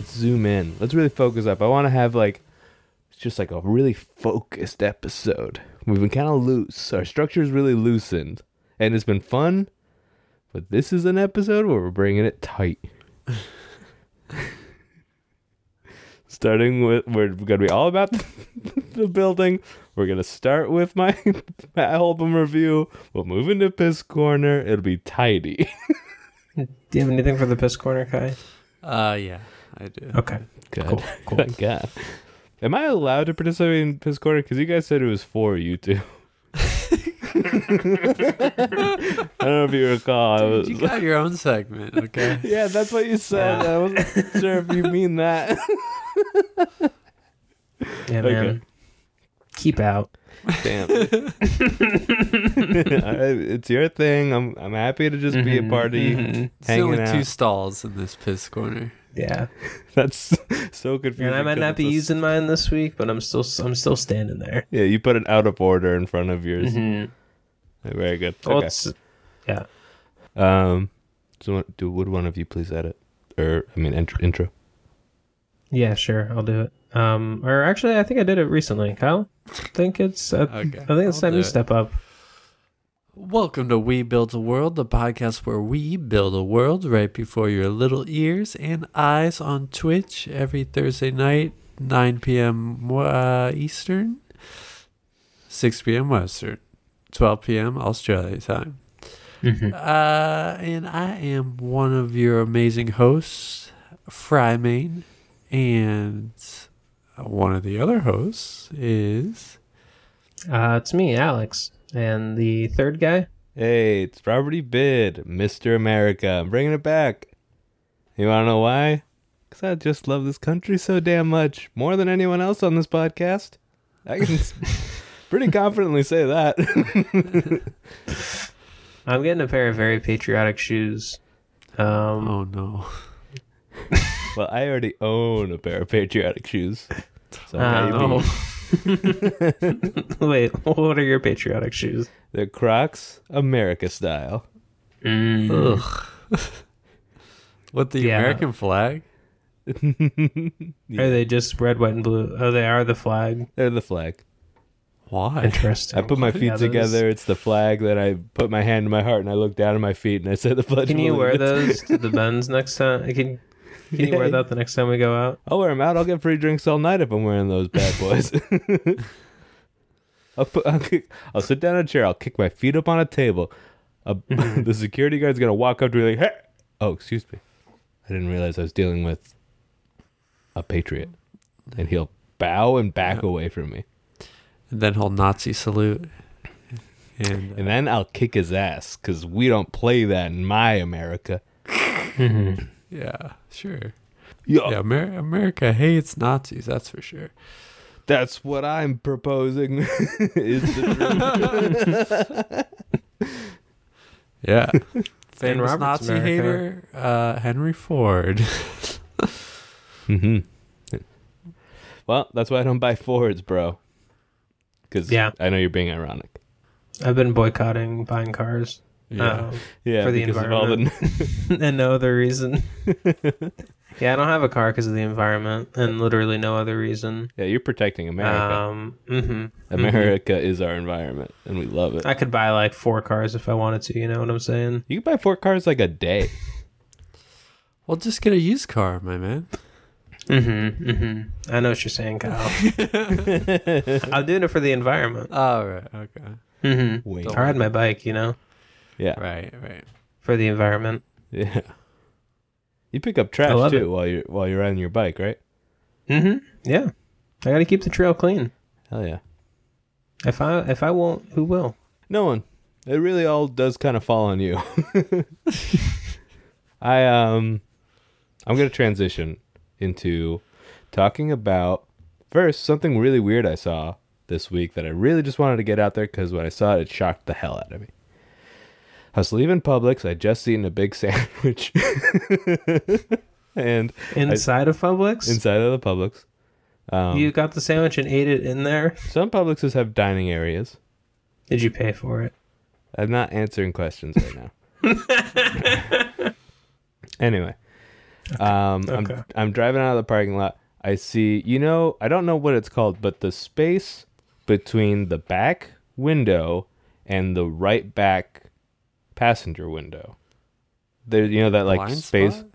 zoom in. Let's really focus up. I want to have like just like a really focused episode. We've been kind of loose. Our structure's really loosened, and it's been fun. But this is an episode where we're bringing it tight. Starting with, we're gonna be all about the, the building. We're gonna start with my, my album review. We'll move into piss corner. It'll be tidy. Do you have anything for the piss corner, Kai? Uh, yeah, I do. Okay. Good. Cool, cool. Thank God. Am I allowed to participate in piss corner? Because you guys said it was for you two. I don't know if you recall. I was- Dude, you got your own segment, okay? yeah, that's what you said. I wasn't sure if you mean that. Yeah, Okay. man. Keep out. Damn. it's your thing. I'm I'm happy to just be a Mhm, part of you mhm. It's hanging only out. two stalls in this piss corner. Yeah. That's so confusing. And I might 'cause not it's be a s- using mine this week, but I'm still I'm still standing there. Yeah, you put an out of order in front of yours. Mm-hmm. Very good. Well, Okay. it's, Um, so what- do would one of you please edit or I mean int- intro? yeah, sure, I'll do it. Um, or actually, I think I did it recently, Kyle. I think it's uh, Okay, I think it's I'll time do you it. step up. Welcome to We Build a World, the podcast where we build a world right before your little ears and eyes on Twitch every Thursday night, 9 p.m. Uh, Eastern, 6 p.m. Western, 12 p.m. Australia time. Mm-hmm. Uh, and I am one of your amazing hosts, Frymain, and one of the other hosts is Uh, it's me, Alex, and the third guy. Hey, it's Robert E. Bid, Mr. America. I'm bringing it back. You want to know why? Because I just love this country so damn much, more than anyone else on this podcast. I can s- pretty confidently say that. I'm getting a pair of very patriotic shoes. Um, oh no. well, I already own a pair of patriotic shoes. So Ah, maybe. no. wait, what are your patriotic shoes? They're Crocs, America style. Mm. Ugh. With the Yeah. American flag? Yeah, Are they just red, white, and blue? Oh, they are the flag. They're the flag. Why? Interesting. I put my feet Oh, Yeah, those- together. It's the flag. Then I put my hand in my heart and I look down at my feet and I say the pledge. Can of you wear Allegiance. those to the bends next time? I can. Can you wear Yeah. that the next time we go out? I'll wear them out. I'll get free drinks all night if I'm wearing those bad boys. I'll, put, I'll, kick, I'll sit down in a chair. I'll kick my feet up on a table. A, the security guard's gonna walk up to me like, "Hey!" Oh, excuse me. I didn't realize I was dealing with a patriot, and he'll bow and back away from me, And then he'll Nazi salute. And, and then I'll kick his ass because we don't play that in my America. Mm-hmm. yeah, sure. Yo, Yeah, Amer- America hates Nazis, that's for sure. that's what I'm proposing. is the Yeah. Famous Robert's Nazi America. hater, uh, Henry Ford. hmm Well, that's why I don't buy Fords, bro. Because Yeah. I know you're being ironic. I've been boycotting buying cars. Yeah. Yeah, For the because of all the- Um, and no other reason. yeah, I don't have a car because of the environment, and literally no other reason. yeah, you're protecting America. Um, mhm, mhm. America is our environment, and we love it. Mm-hmm. I could buy like four cars if I wanted to. You know what I'm saying? you can buy four cars like a day. Well, just get a used car, my man. Mm-hmm. Mm-hmm. I know what you're saying, Kyle. I'm doing it for the environment. All right. Okay. Mm-hmm. Wait. I ride my bike, you know, Yeah, Right, right. for the environment. yeah. You pick up I trash love too it. while you're while you're riding your bike, right? Mm-hmm. Yeah, I got to keep the trail clean. Hell yeah. If I if I won't, who will? No one. It really all does kind of fall on you. I um I'm going to transition into talking about first something really weird I saw this week that I really just wanted to get out there cuz when I saw it it shocked the hell out of me. I was leaving Publix, I'd just eaten a big sandwich. and Inside of Publix, inside of the Publix, um, you got the sandwich and ate it in there. some Publixes have dining areas. Did you pay for it? I'm not answering questions right now. anyway, Um, Okay. I'm I'm driving out of the parking lot. I see, you know, I don't know what it's called, but the space between the back window and the right back passenger window. There, you know that like Blind space. spot?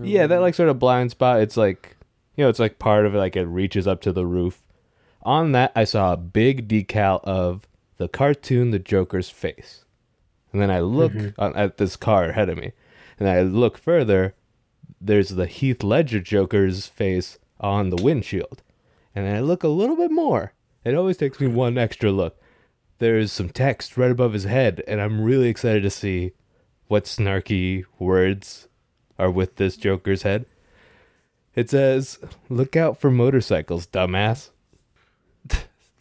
Yeah, that like sort of blind spot. It's like you know, it's like part of it. Like it reaches up to the roof. On that, I saw a big decal of the cartoon, the Joker's face, and then I look on, at this car ahead of me, and I look further. There's the Heath Ledger Joker's face on the windshield, and then I look a little bit more. It always takes me one extra look. There's some text right above his head, and I'm really excited to see what snarky words are with this Joker's head. It says, "Look out for motorcycles, dumbass."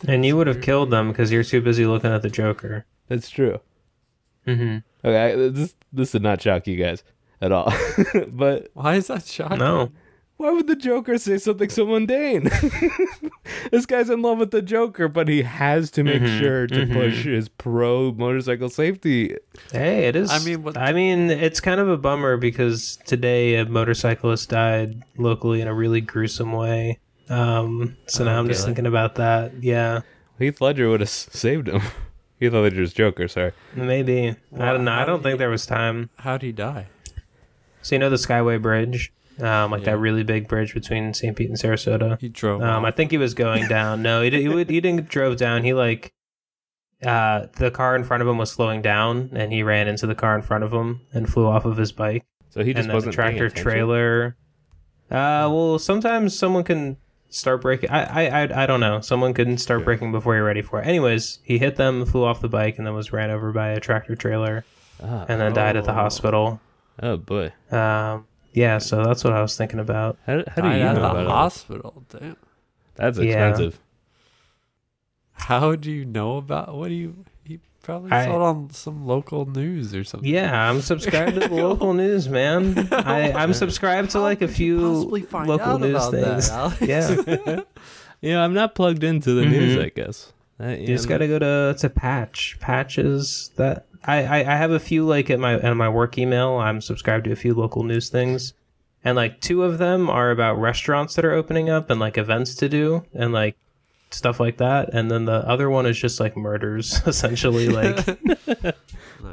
And you would have killed them because you're too busy looking at the Joker. That's true. hmm Okay, I- this this did not shock you guys at all. but Why is that shocking? No. why would the Joker say something so mundane? this guy's in love with the Joker, but he has to make Mm-hmm, sure to push his pro motorcycle safety. Hey, it is. I I mean, mean, what- I mean, it's kind of a bummer because today a motorcyclist died locally in a really gruesome way. Um, so now I'm just really? thinking about that. Yeah, Heath Ledger would have s- saved him. Heath Ledger's Joker, sorry. maybe. I Well, don't know. I how do don't you- think there was time. How'd he die? So you know the Skyway Bridge, um, like Yeah. that really big bridge between St. Pete and Sarasota. He Oh, drove. Um, I off. think he was going down. No, he did, he, would, he didn't drove down. He like uh, the car in front of him was slowing down, and he ran into the car in front of him and flew off of his bike. So he just and then wasn't a paying tractor attention. Hmm. trailer. Uh, well, sometimes someone can start breaking. I, I, I, I don't know. Someone can start Yeah. breaking before you're ready for it. Anyways, he hit them, flew off the bike, and then was ran over by a tractor trailer, Ah, and then died at the Oh. hospital. oh boy. Um, yeah, so that's what I was thinking about. How, how do Died you know at about the all this? hospital. Damn. That's Yeah. expensive. How do you know about? What do you? He probably I- saw it on some local news or something. Yeah, I'm subscribed to the local news, man. I, I'm subscribed to like a few local news things. Yeah, You know, I'm not plugged into the news, Mhm. I guess. Uh, I, You just gotta go to to patch patches that I, I I have a few like at my at my work email. I'm subscribed to a few local news things, and like two of them are about restaurants that are opening up and like events to do and like stuff like that. And then the other one is just like murders essentially. Like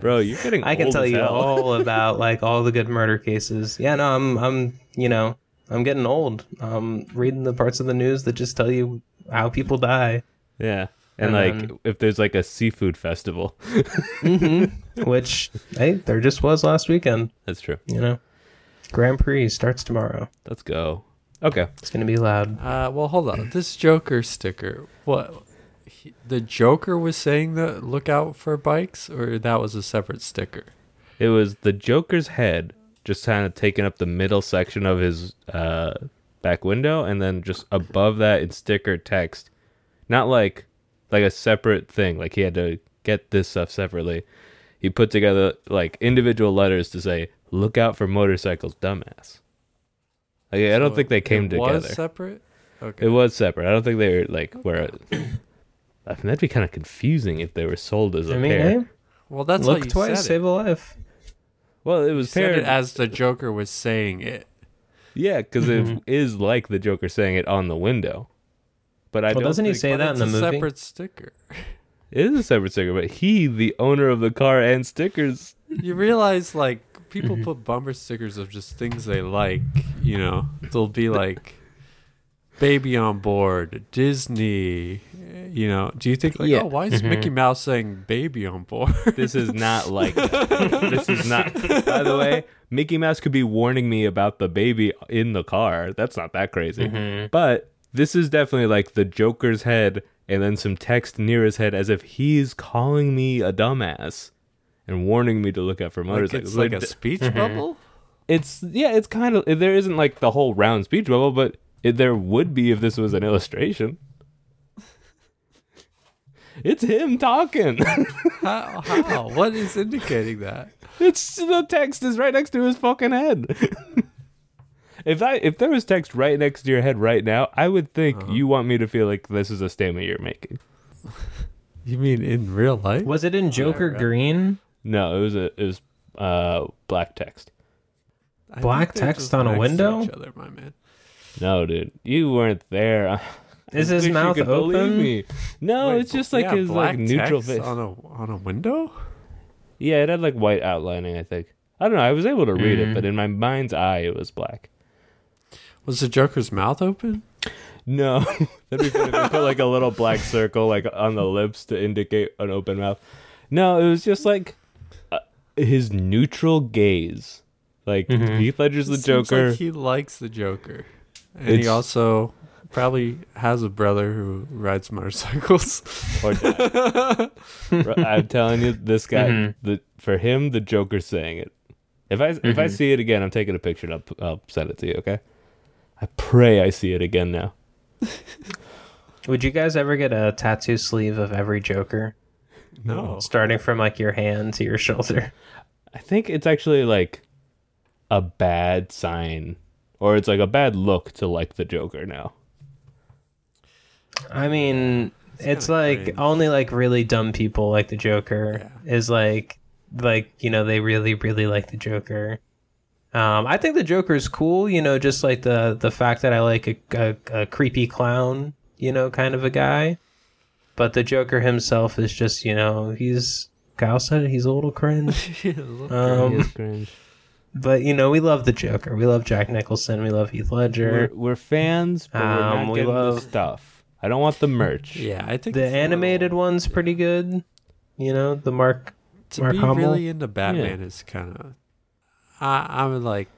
Bro, you're getting I can old tell as you hell. all about like all the good murder cases. Yeah, no, I'm I'm you know I'm getting old. Um, reading the parts of the news that just tell you how people die. Yeah. And, And like then- if there's like a seafood festival. which hey, there just was last weekend. That's true. You know, Grand Prix starts tomorrow. Let's go. Okay. It's gonna be loud. Uh, well, hold on. This Joker sticker. What? He, the Joker was saying that look out for bikes, or that was a separate sticker. It was the Joker's head just kind of taking up the middle section of his uh back window and then just above that in sticker text. Not like like a separate thing. Like he had to get this stuff separately. He put together like individual letters to say, "Look out for motorcycles, dumbass." Like, I don't So think they came it together. Was separate. Okay. It was separate. I don't think they were like where. I mean, that'd be kind of confusing if they were sold as a I mean, pair. hey, well, that's how look you twice, said it. save a life. Well, it You was said paired. it as the Joker was saying it. yeah, because Mm-hmm. it is like the Joker saying it on the window. But I Well, don't doesn't he think- say But that it's in the a movie? separate sticker. It is a separate sticker, but he, the owner of the car and stickers. You realize, like, people Mm-hmm. put bumper stickers of just things they like. You know, they'll be like, "Baby on board," Disney. You know, do you think like, Yeah. oh, why Mm-hmm. is Mickey Mouse saying "baby on board"? This is not like that. this is not. By the way, Mickey Mouse could be warning me about the baby in the car. That's not that crazy. Mm-hmm. But this is definitely like the Joker's head and then some text near his head as if he's calling me a dumbass and warning me to look out for like, motorcycles. it's like Like, a speech mm-hmm. bubble. it's yeah, it's kind of there isn't like the whole round speech bubble, but it, there would be if this was an illustration. It's him talking. How? How? What is indicating that? It's the text is right next to his fucking head. if I if there was text right next to your head right now, I would think you want me to feel like this is a statement you're making. You mean in real life? Was it in Joker right. Green? No, it was a it was uh black text. I think Black they just text on a next to window? Each other, my man. No, dude, you weren't there. I Is his wish you mouth could believe open? me. No, Wait, it's just bl- like yeah, his like black neutral text face. on a on a window. Yeah, it had like white outlining. I think. I don't know. I was able to read Mm. it, but in my mind's eye, it was black. Was the Joker's mouth open? No, that'd be funny if they put like a little black circle like on the lips to indicate an open mouth. No, it was just like uh, his neutral gaze. Like Mhm. Heath Ledger's the It seems Joker. Like he likes the Joker, and he It's- also probably has a brother who rides motorcycles. or die. Ru- I'm telling you, this guy, Mhm. the for him, the Joker's saying it. If I if I Mhm. see it again, I'm taking a picture and I'll, I'll send it to you. Okay. I pray I see it again now. Would you guys ever get a tattoo sleeve of every Joker, No, starting from like your hand to your shoulder? I think it's actually like a bad sign, or it's like a bad look to like the Joker now. I mean, it's kinda like cringe. only like really dumb people like the Joker is like like you know they really really like the Joker. Um, I think the Joker is cool, you know, just like the the fact that I like a, a, a creepy clown, you know, kind of a guy. But the Joker himself is just, you know, he's Kyle said it, he's a little cringe. Um, but you know, we love the Joker. We love Jack Nicholson. We love Heath Ledger. we're, we're fans, but we're not Um, we getting love- the stuff. I don't want the merch. yeah, I think the it's a animated little- one's pretty good. You know, the Mark To Mark be Hamill. really into Batman is kind of. I I'm like,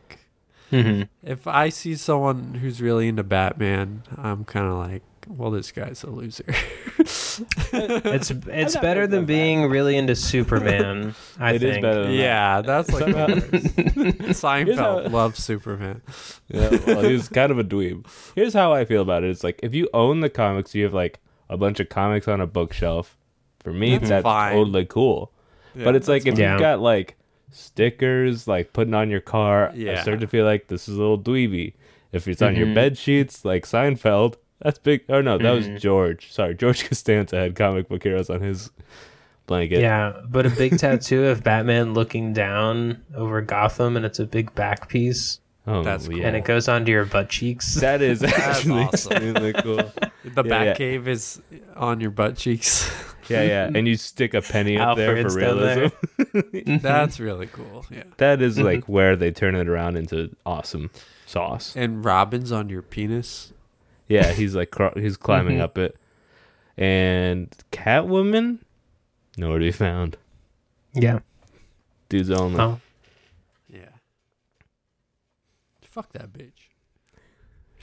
Mm-hmm. if I see someone who's really into Batman, I'm kind of like, well, this guy's a loser. It's it's not better big than on that. being really into Superman. I It is think. better than yeah, that's like Somehow- Seinfeld how- loves Superman. Yeah, well, he's kind of a dweeb. Here's how I feel about it. It's like if you own the comics, you have like a bunch of comics on a bookshelf. For me, That's that's, fine. totally cool. Yeah, but it's like that's if fine. you've Yeah. got like stickers, like putting on your car, Yeah. I start to feel like this is a little dweeby. If it's on your Mhm. bed sheets, like Seinfeld, that's big. Oh no, that Mhm. was George. Sorry, George Costanza had comic book heroes on his blanket. yeah, but a big tattoo of Batman looking down over Gotham, and it's a big back piece, oh, That's cool. yeah. and it goes onto your butt cheeks. That is actually awesome. really cool. The Yeah, yeah. Batcave is on your butt cheeks. Yeah, yeah. And you stick a penny up there Alfred's for down there. realism. That's really cool. Yeah. That is like where they turn it around into awesome sauce. And Robin's on your penis. Yeah, he's like cr- he's climbing Mhm. up it, and Catwoman nowhere to be found. yeah. Dudes only. Oh, Yeah. Fuck that bitch.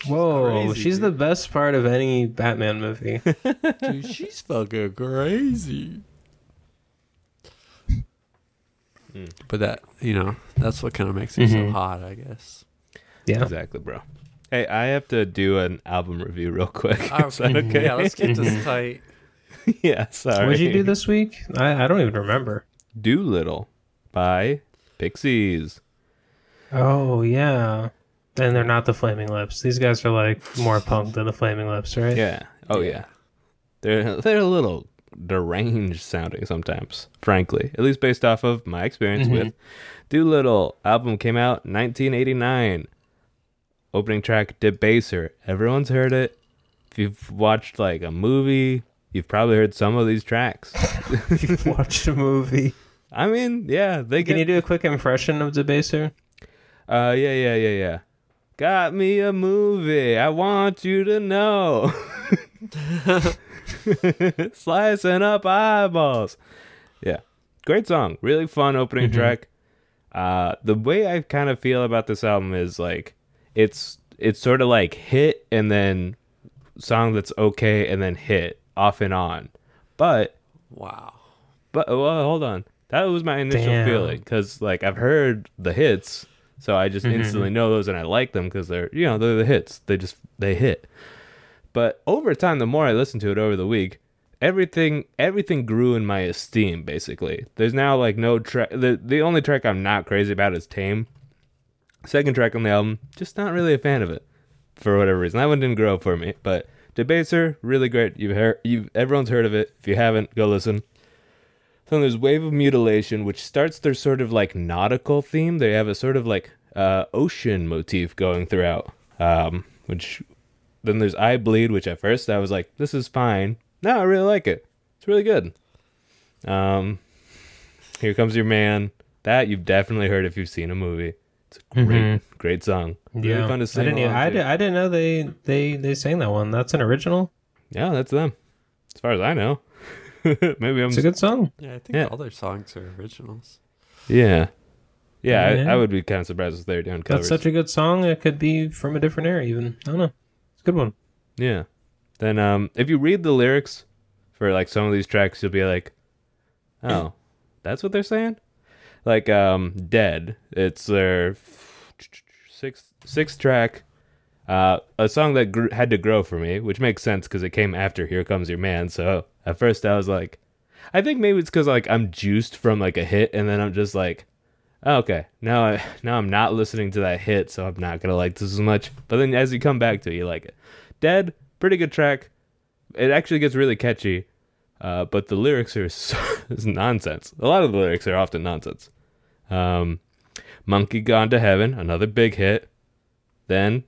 whoa! crazy, she's the dude. best part of any Batman movie. Dude, she's fucking crazy. Mm. But that, you know, that's what kind of makes her so Mm-hmm. Mhm. hot, I guess. Yeah. Exactly, bro. Hey, I have to do an album review real quick. Oh, Is that okay? Mm-hmm. Yeah, let's get Mhm. this tight. yeah, sorry. What'd you do this week? I, I don't even remember. Doolittle by Pixies. Oh yeah. And they're not the Flaming Lips. These guys are like more punk than the Flaming Lips, right? Yeah. Oh yeah. They're they're a little deranged sounding sometimes, frankly. At least based off of my experience Mhm. with Doolittle. Album came out 1989. Opening track Debaser. Everyone's heard it. If you've watched like a movie, you've probably heard some of these tracks. Watched a movie. I mean, yeah, they Can get you do a quick impression of Debaser? Uh, yeah, yeah, yeah, yeah. Got me a movie. I want you to know. Slicing up eyeballs. Yeah. Great song. Really fun opening track. Uh, the way I kind of feel about this album is like it's it's sort of like hit and then song that's okay and then hit off and on. But Wow. but oh, well, hold on. That was my initial Damn. feeling because like I've heard the hits, so I just instantly know those and I like them because they're you know they're the hits. They just they hit. But over time, the more I listened to it over the week, everything everything grew in my esteem. Basically, there's now like no track. The the only track I'm not crazy about is Tame. Second track on the album, just not really a fan of it for whatever reason. That one didn't grow for me. But Debaser, really great. You've heard, you've everyone's heard of it. If you haven't, go listen. So there's Wave of Mutilation, which starts their sort of like nautical theme. They have a sort of like uh, ocean motif going throughout. Um, which then there's I bleed, which at first I was like, this is fine. No, I really like it. It's really good. Um, here comes your man. That you've definitely heard if you've seen a movie. It's a great, great song. Really fun to sing. Mm-hmm. I didn't. along e- I, to. di- I didn't know they they they sang that one. That's an original. Yeah, that's them. As far as I know. Maybe I'm It's a good song. Yeah, I think Yeah. all their songs are originals. Yeah. Yeah, I, Yeah. I would be kind of surprised if they were doing That's covers. such a good song. It could be from a different era. Even I don't know. It's a good one. yeah. Then um if you read the lyrics for like some of these tracks, you'll be like, "Oh, that's what they're saying?" Like um Dead, it's their f- sixth sixth track uh a song that grew, had to grow for me, which makes sense cuz it came after Here Comes Your Man. So, at first I was like, I think maybe it's cuz like I'm juiced from like a hit and then I'm just like oh, Okay, now I now I'm not listening to that hit, so I'm not gonna like this as much. But then as you come back to it, you like it. Dead, pretty good track. It actually gets really catchy, uh, but the lyrics are so, it's nonsense. A lot of the lyrics are often nonsense. Um, Monkey Gone to Heaven, another big hit. Then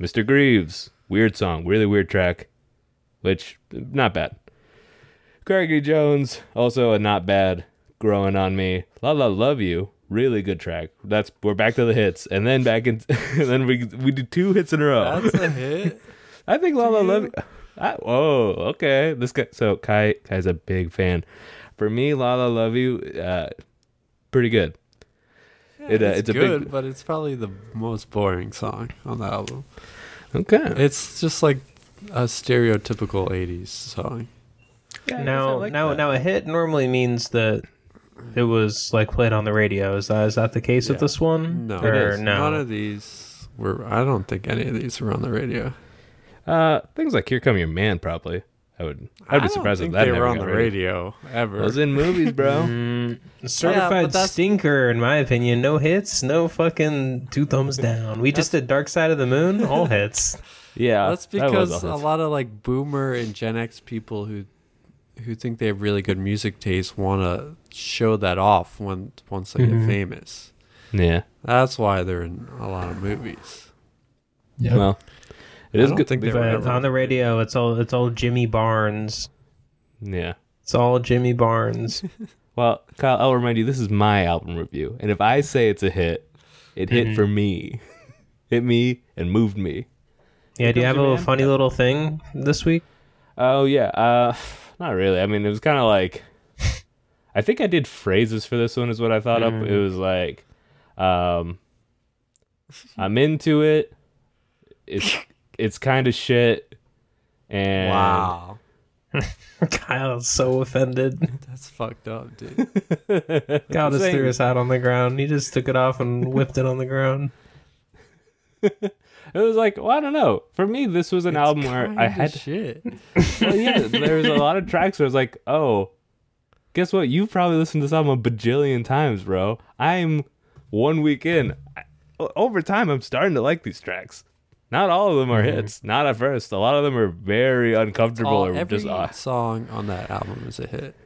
Mr. Greaves, weird song, really weird track, which not bad. Gregory Jones, also a not bad. Growing on me, La La Love You, really good track. That's we're back to the hits, and then back in, and then we we did two hits in a row. That's a hit. I think Lala Love. I, oh, okay. This guy. So Kai Kai's a big fan. For me, Lala Love You, uh, pretty good. Yeah, It, uh, it's, it's a big- good, but it's probably the most boring song on the album. Okay. It's just like a stereotypical '80s song. now now now a hit normally means that it was like played on the radio. Is that is that the case with Yeah. this one? No, or is. no. none of these were. I don't think any of these were on the radio. Uh, things like Here Come Your Man, probably. I would. I'd be don't surprised think if that they never were on got the rated. radio ever. I was in movies, bro. Mm, certified that's- stinker, in my opinion. No hits, no fucking two thumbs down. We just did Dark Side of the Moon, all hits. yeah, That's that was because a awesome. lot of like boomer and Gen X people who who think they have really good music taste want to show that off when once they Mhm. Mm-hmm. get famous. Yeah. That's why they're in a lot of movies. Yeah. Well, it I is don't good. think they were But ever on the radio, it's all it's all Jimmy Barnes. yeah. It's all Jimmy Barnes. Well, Kyle, I'll remind you, this is my album review, and if I say it's a hit, it hit Mhm. for me, hit me, and moved me. Yeah, do comes you have a your little man. funny little thing this week? Oh yeah, uh, not really. I mean, it was kind of like, I think I did phrases for this one is what I thought up. Mm. It was like, um, I'm into it. It's it's kind of shit. And Wow, Kyle's so offended. that's fucked up, dude. Kyle just saying- threw his hat on the ground. He just took it off and whipped it on the ground. it was like, well, I don't know. For me, this was an album where I Kinda had shit. well, Oh, yeah, there was a lot of tracks where I was like, oh, guess what? You've probably listened to this album a bajillion times, bro. I'm one week in. I, o- over time, I'm starting to like these tracks. Not all of them are hits. Not at first. A lot of them are very uncomfortable Mm-hmm. All, or every just, uh, song on that album is a hit.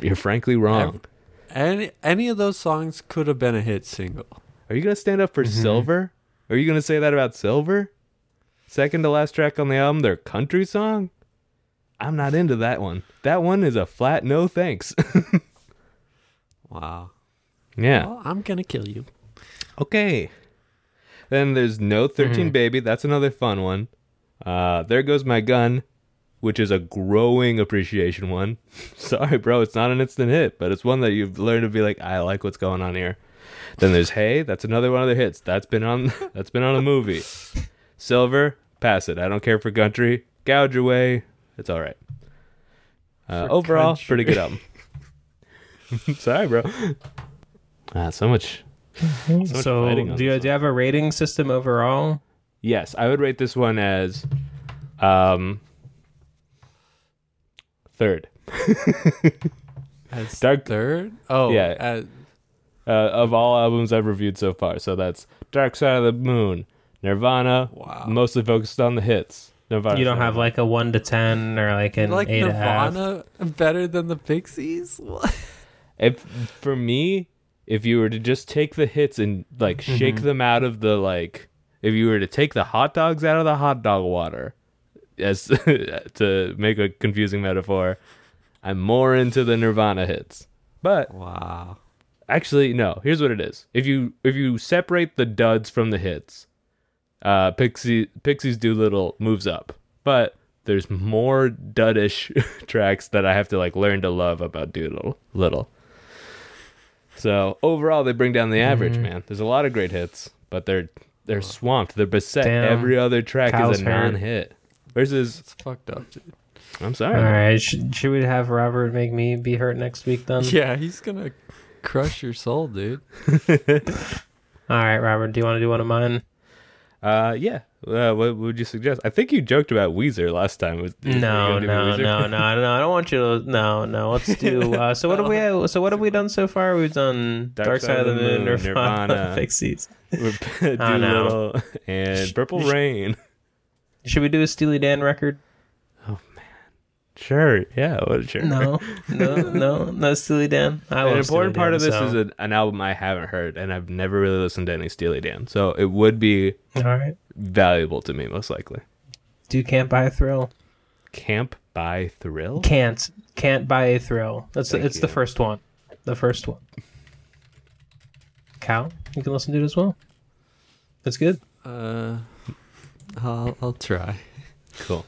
you're frankly wrong. Ev- any any of those songs could have been a hit single. Are you going to stand up for Mm-hmm. Silver? Are you going to say that about Silver? Second to last track on the album, their country song? I'm not into that one. That one is a flat no thanks. Wow. yeah. Well, I'm gonna kill you. Okay. Then there's No 13 Mm-hmm. Baby. That's another fun one. Uh, there Goes My Gun, which is a growing appreciation one. Sorry, bro. It's not an instant hit, but it's one that you've learned to be like, I like what's going on here. Then there's Hey. That's another one of their hits. That's been on. That's been on a movie. Silver. Pass it. I don't care for country. Gouge away. It's all right. Uh, For overall, country. pretty good album. Sorry, bro. Ah, so much much so, fighting on do you, this do you have a rating system overall? Yes, I would rate this one as um third. As Dark- third? Oh, Yeah. uh, Uh, of all albums I've reviewed so far. So that's Dark Side of the Moon, Nirvana, Wow. mostly focused on the hits. Nirvana. You don't have like a one to ten or like an like eight and a half. Nirvana better than the Pixies? What? if for me if you were to just take the hits and like Mm-hmm. shake them out of the like if you were to take the hot dogs out of the hot dog water as to make a confusing metaphor, I'm more into the Nirvana hits. But Wow. actually no, here's what it is. If you if you separate the duds from the hits, uh Pixie Pixies Doolittle moves up. But there's more dudish tracks that I have to like learn to love about Doodle Little. So overall they bring down the Mm-hmm. average, man. There's a lot of great hits, but they're they're swamped. They're beset. Damn. Every other track Kyle's is a hurt. non hit. Versus It's fucked up, dude. I'm All sorry. right, should, should we have Robert make me be hurt next week then? Yeah, he's gonna crush your soul, dude. All right, Robert, do you want to do one of mine? Uh, yeah. Uh, what would you suggest? I think you joked about Weezer last time. Was, were you No, gonna do no, Weezer? no, no, no. I don't want you to. No, no. Let's do. Uh, so what have we? So what have we done so far? We've done Dark, Side of the Moon, Nirvana, Nirvana. Pixies. Doolittle Oh, no. and Purple Rain. Should we do a Steely Dan record? Sure. Yeah. Well, sure. No, no, no, no. Steely Dan. I love An important Steely part Dan, of this so- is an, an album I haven't heard, and I've never really listened to any Steely Dan, so it would be All right. valuable to me most likely. Do can't buy a thrill. Camp by Thrill. Can't can't buy a thrill. That's Thank it's the you. first one. The first one. Cal, you can listen to it as well. That's good. Uh, I'll, I'll try. Cool.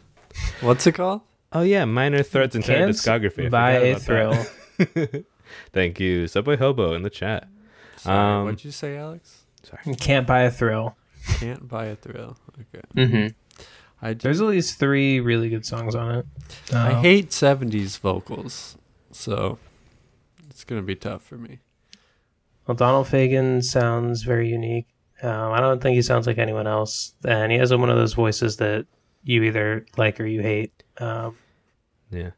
What's it called? Oh yeah, Minor Threat's entire Can't discography. I buy forgot a about that. thrill. Thank you, Subway Hobo, in the chat. Sorry, Um, what'd you say, Alex? Sorry. Can't buy a thrill. Can't buy a thrill. Okay. Mm-hmm. I just, There's at least three really good songs on it. I Uh, hate '70s vocals, so it's gonna be tough for me. well, Donald Fagen sounds very unique. Um, I don't think he sounds like anyone else, and he has one of those voices that you either like or you hate. Um, Yeah.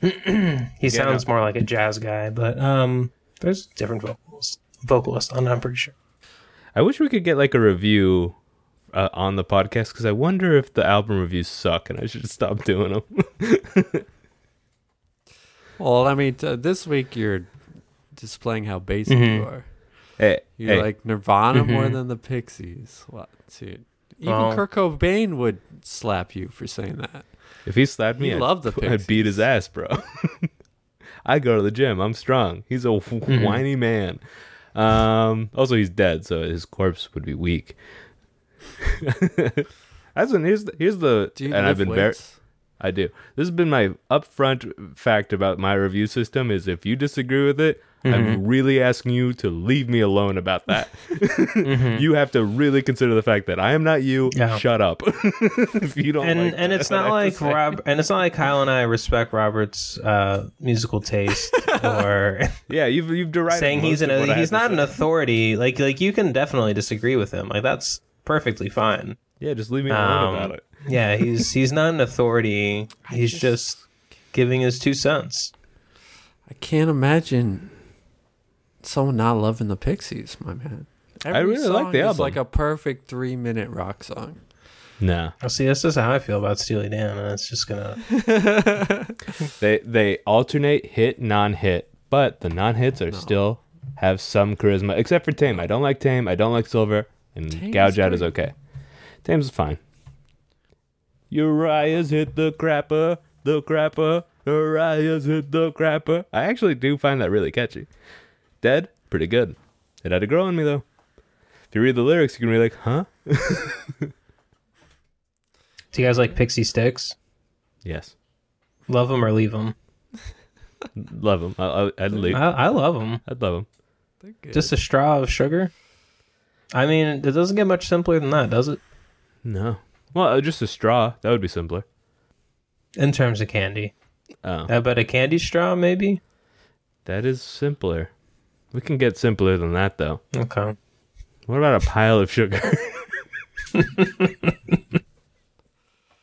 he Yeah, sounds more like a jazz guy, but um, there's different vocals vocalist on. it, I'm pretty sure. I wish we could get like a review uh, on the podcast because I wonder if the album reviews suck and I should stop doing them. Well, I mean, t- uh, this week you're displaying how basic you Mhm. are. hey, Mm-hmm. You hey, Mm-hmm. like Nirvana more Mhm. than the Pixies. What, dude? Even Well- Kurt Cobain would slap you for saying that. if he slapped me, He I'd, loved the Pixies. I'd beat his ass, bro. I go to the gym. I'm strong. He's a Mm-hmm. whiny man. Um, also, he's dead, so his corpse would be weak. That's an here's the, here's the Do you and lift I've been very weights? I do. This has been my upfront fact about my review system is if you disagree with it, Mm-hmm. I'm really asking you to leave me alone about that. You have to really consider the fact that I am not you. Yeah. Shut up. if you don't and like and it's what I not have like to Rob and it's not like Kyle and I respect Robert's uh, musical taste or say- Yeah, you've you've derided saying most he's an of what I he's had to not an say. authority. Like like you can definitely disagree with him. Like that's perfectly fine. Yeah, just leave me alone Um, about it. Yeah, he's he's not an authority. He's just- just giving his two cents. I can't imagine someone not loving the Pixies, my man. Every really like song the is album. like a perfect three-minute rock song. Nah. Well, see, this is how I feel about Steely Dan, and it's just gonna. They they alternate hit non hit, but the non hits are still have some charisma, except for Tame. I don't like Tame. I don't like Silver, and Tame's Gouge Out is great. okay. Tame's fine. Uriah's hit the crapper, the crapper. Uriah's hit the crapper. I actually do find that really catchy. Dead, pretty good. It had to grow on me though. If you read the lyrics, you can be like, huh? Do you guys like Pixie Sticks? Yes, Love them or leave them. love them. I, I, I'd leave. I, I love them. I'd love them. They're good. Just a straw of sugar. I mean, it doesn't get much simpler than that, does it? No. Well, uh, just a straw. That would be simpler. In terms of candy, Oh. uh, but a candy straw maybe. That is simpler. We can get simpler than that, though. Okay. What about a pile of sugar?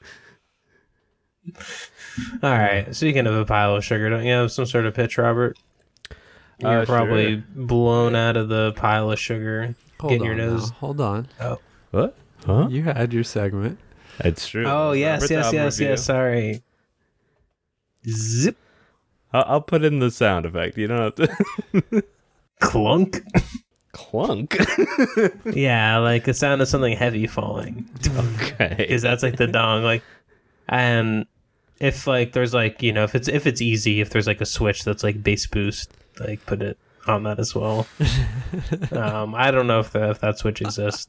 All right. Speaking of a pile of sugar, don't you have some sort of pitch, Robert? You're Uh, probably sure. blown out of the pile of sugar. Hold Get on your nose. now, Hold on. what? Huh? You had your segment. That's true. Oh yes, Robert's yes, album yes, review. yes. Sorry. Zip. I'll, I'll put in the sound effect. You don't have to. clunk. Clunk. yeah, like the sound of something heavy falling. okay. Because that's like the dong. Like, and if like there's like you know if it's if it's easy if there's like a switch that's like bass boost like put it on that as well. um, I don't know if that if that switch exists.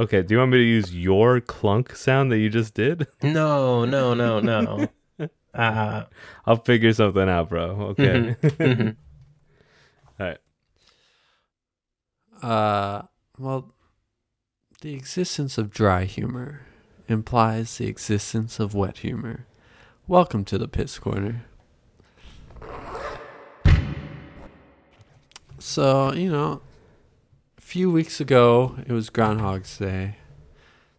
Okay. Do you want me to use your clunk sound that you just did? No, no, no, no. uh, I'll figure something out, bro. Okay. mhm. All right. Uh, well, the existence of dry humor implies the existence of wet humor. Welcome to the Piss Corner. So, you know, a few weeks ago, it was Groundhog's Day.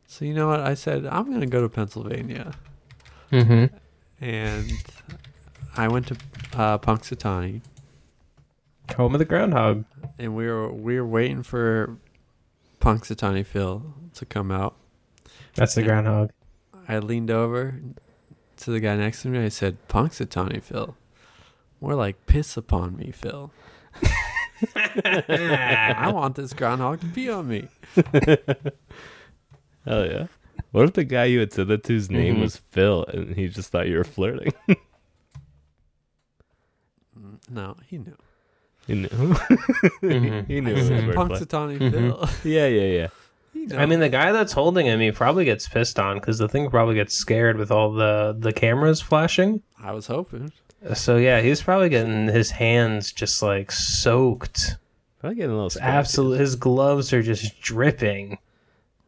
So, you know what? I said, I'm going to go to Pennsylvania. And I went to uh, Punxsutawney, Home of the groundhog. and we were, we were waiting for Punxsutawney Phil to come out. That's the groundhog. I leaned over to the guy next to me. I said, Punxsutawney Phil. More like piss upon me, Phil. I want this groundhog to pee on me. Hell yeah. What if the guy you had said that to, his name Mhm. was Phil, and he just thought you were flirting? No, he knew. he knew. Mhm. he knew. I It was Mm-hmm. said, wordplay. Punxsutawney Mhm. Phil. Yeah, yeah, yeah. He I knows. mean, the guy that's holding him, he probably gets pissed on because the thing probably gets scared with all the the cameras flashing. I was hoping. So yeah, he's probably getting his hands just like soaked. Probably getting a little It's scratchy. absolute. His gloves are just dripping,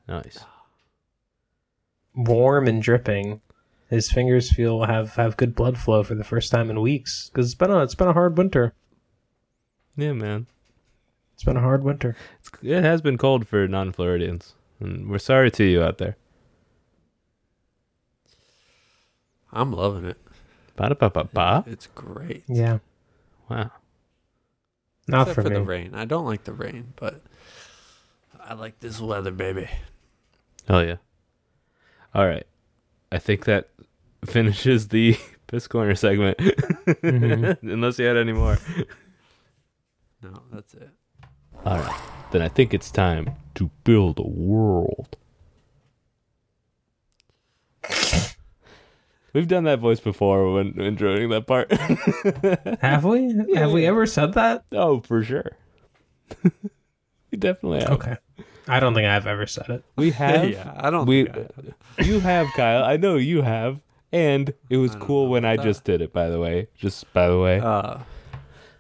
Nice. warm and dripping. His fingers feel have have good blood flow for the first time in weeks because it's been a it's been a hard winter. Yeah, man. It's been a hard winter. It's, it has been cold for non-Floridians, and we're sorry to you out there. I'm loving it. Ba da ba ba ba. It's great. Yeah, Wow. not Except for, for, me. the rain. I don't like the rain, but I like this weather, baby. Hell yeah. All right. I think that finishes the piss corner segment. Mhm. Unless you had any more. No, that's it. All right. Then I think it's time to build a world. We've done that voice before when introing that part. Have we? Have we ever said that? oh, for sure. we definitely have. Okay. I don't think I've ever said it. We have. yeah, I don't. we, think I- you have, Kyle. I know you have. And it was I don't cool know when I about just did it, by the way. Just by the way. uh,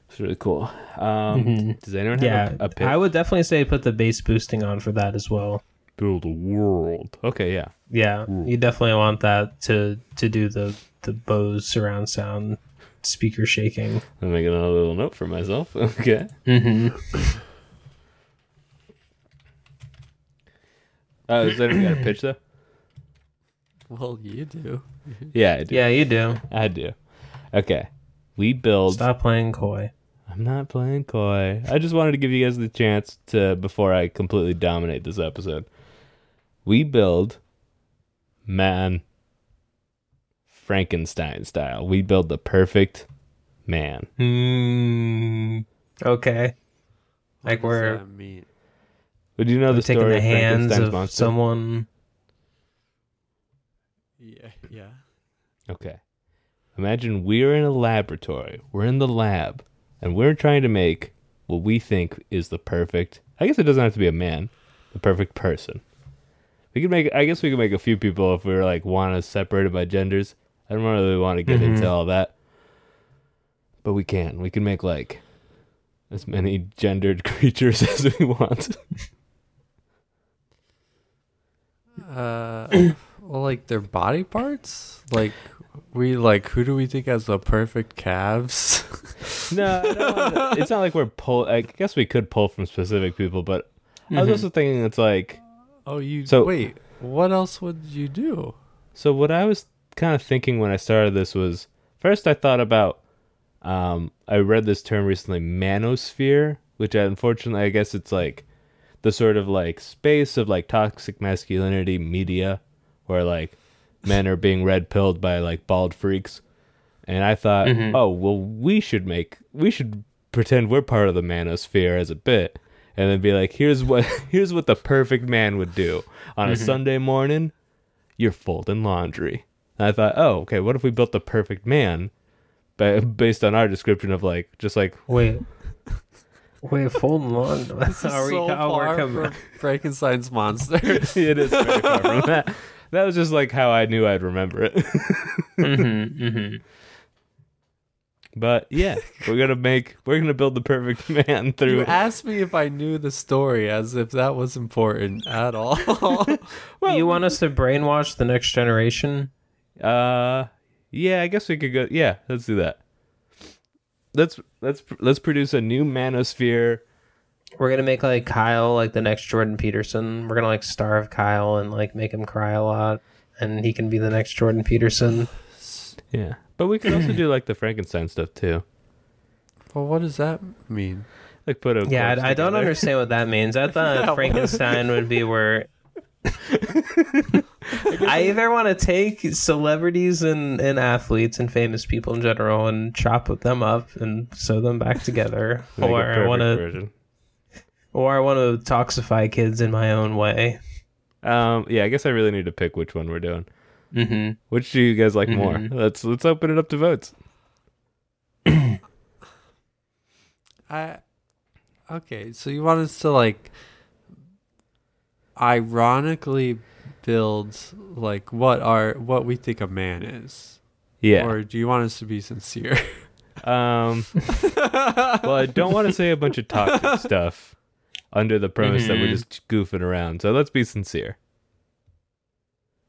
it's really cool. Um, Mhm. Does anyone Yeah, have a, a pitch? I would definitely say put the bass boosting on for that as well. build a world. Okay, yeah. Yeah, you definitely want that to to do the the Bose surround sound speaker shaking. I'm making a little note for myself. Okay. Mm-hmm. Uh, is anyone got a pitch though? well, you do. Yeah, I do. Yeah, you do. I do. Okay. We build. Stop playing coy. I'm not playing coy. I just wanted to give you guys the chance to before I completely dominate this episode. We build man Frankenstein style. We build the perfect man. Hmm. Mm, okay. Like What does we're- that mean? Would you know the Taking story the of hands Frankenstein's of monster? someone. Yeah, yeah. Okay. Imagine we're in a laboratory. We're in the lab, and we're trying to make what we think is the perfect. I guess it doesn't have to be a man, the perfect person. We could make. I guess we could make a few people if we were like want to separate it by genders. I don't really want to get into all that, but we can. We can make like as many gendered creatures as we want. Uh, well, like their body parts. Like we like who do we think has the perfect calves? no, I don't wanna- it's not like we're pull. I guess we could pull from specific people, but I was also thinking it's like. oh, you So- wait. What else would you do? So what I was kind of thinking when I started this was first I thought about um, I read this term recently, manosphere, which I, unfortunately I guess it's like the sort of like space of like toxic masculinity media where like men are being red pilled by like bald freaks. And I thought, oh well, we should make we should pretend we're part of the manosphere as a bit and then be like here's what here's what the perfect man would do on a sunday morning you're folding laundry and i thought oh okay what if we built the perfect man ba- based on our description of like just like Mm-hmm. Wait. Wait, fold lawn. Are we, so oh, we're far coming. from Frankenstein's monster. it is very far from that that was just like how i knew i'd remember it Mm-hmm, but yeah we're gonna make we're gonna build the perfect man you through asked me if I knew the story as if that was important at all. you want us to brainwash the next generation? Uh, yeah, I guess we could go. Yeah, let's do that. Let's let's let's produce a new manosphere. We're gonna make like Kyle like the next Jordan Peterson. We're gonna like starve Kyle and like make him cry a lot, and he can be the next Jordan Peterson. Yeah, but we could also do like the Frankenstein stuff too. well, what does that mean? Like put a Yeah, corpse I, I don't together. understand what that means. I thought Yeah, what- Frankenstein would be where. I either want to take celebrities and, and athletes and famous people in general and chop them up and sew them back together, Make a or I perfect want to, version. or I want to toxify kids in my own way. Um, yeah, I guess I really need to pick which one we're doing. hmm Which do you guys like Mhm. more? Let's let's open it up to votes. I okay. So you want us to like ironically build like what are what we think a man is, Yeah. or do you want us to be sincere? um. well, I don't want to say a bunch of toxic stuff under the premise that we're Mhm. just goofing around. So let's be sincere.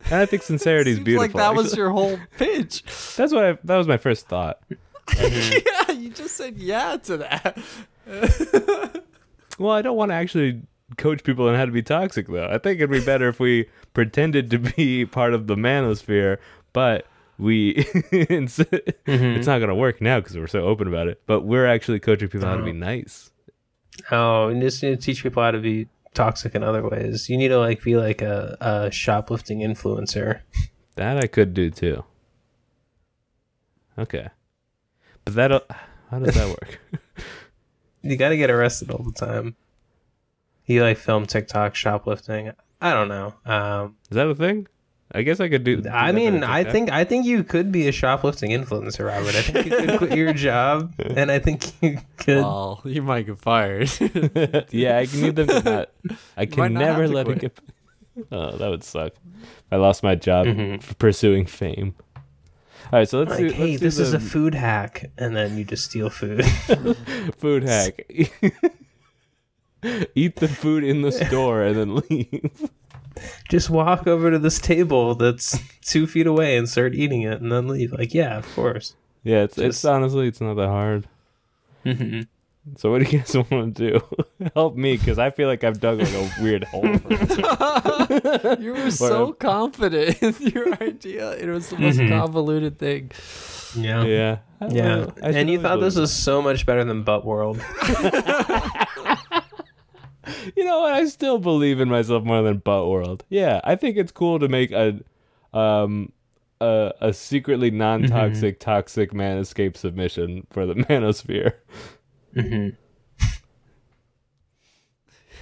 And I think sincerity is Seems beautiful. Like that was actually. your whole pitch. That's what I, that was my first thought. yeah, you just said yeah to that. Well, I don't want to actually coach people on how to be toxic though. I think it'd be better if we pretended to be part of the manosphere, but we it's, Mm-hmm. it's not going to work now because we're so open about it. But we're actually coaching people how to be Uh-huh. nice. Oh, and just need to teach people how to be toxic in other ways. You need to like be like a, a shoplifting influencer. That I could do too. Okay, but that will how does that work? You got to get arrested all the time. He like filmed TikTok shoplifting. I don't know. Um, Is that a thing? I guess I could do. do I that mean, for I TikTok. think I think you could be a shoplifting influencer, Robert. I think you could quit your job, and I think you could. well, you might get fired. yeah, I need them to not. I might can not have never to let it get. Oh, that would suck. I lost my job for pursuing fame. All right, so let's Mm-hmm. like, do. hey, let's do this is the a food hack, and then you just steal food. food hack. Eat the food in the store and then leave. just walk over to this table that's two feet away and start eating it, and then leave. Like, yeah, of course. Yeah, it's it's Just- honestly it's not that hard. Mm-hmm. So what do you guys want to do? Help me, because I feel like I've dug like a weird hole. For myself. you were so Whatever. confident in your idea. It was the Mm-hmm. most convoluted thing. Yeah. yeah. Yeah, I should and you always thought this leave. was so much better than Butt World. You know what? I still believe in myself more than Butt World. Yeah, I think it's cool to make a, um, a, a secretly non-toxic toxic man escape submission for the manosphere.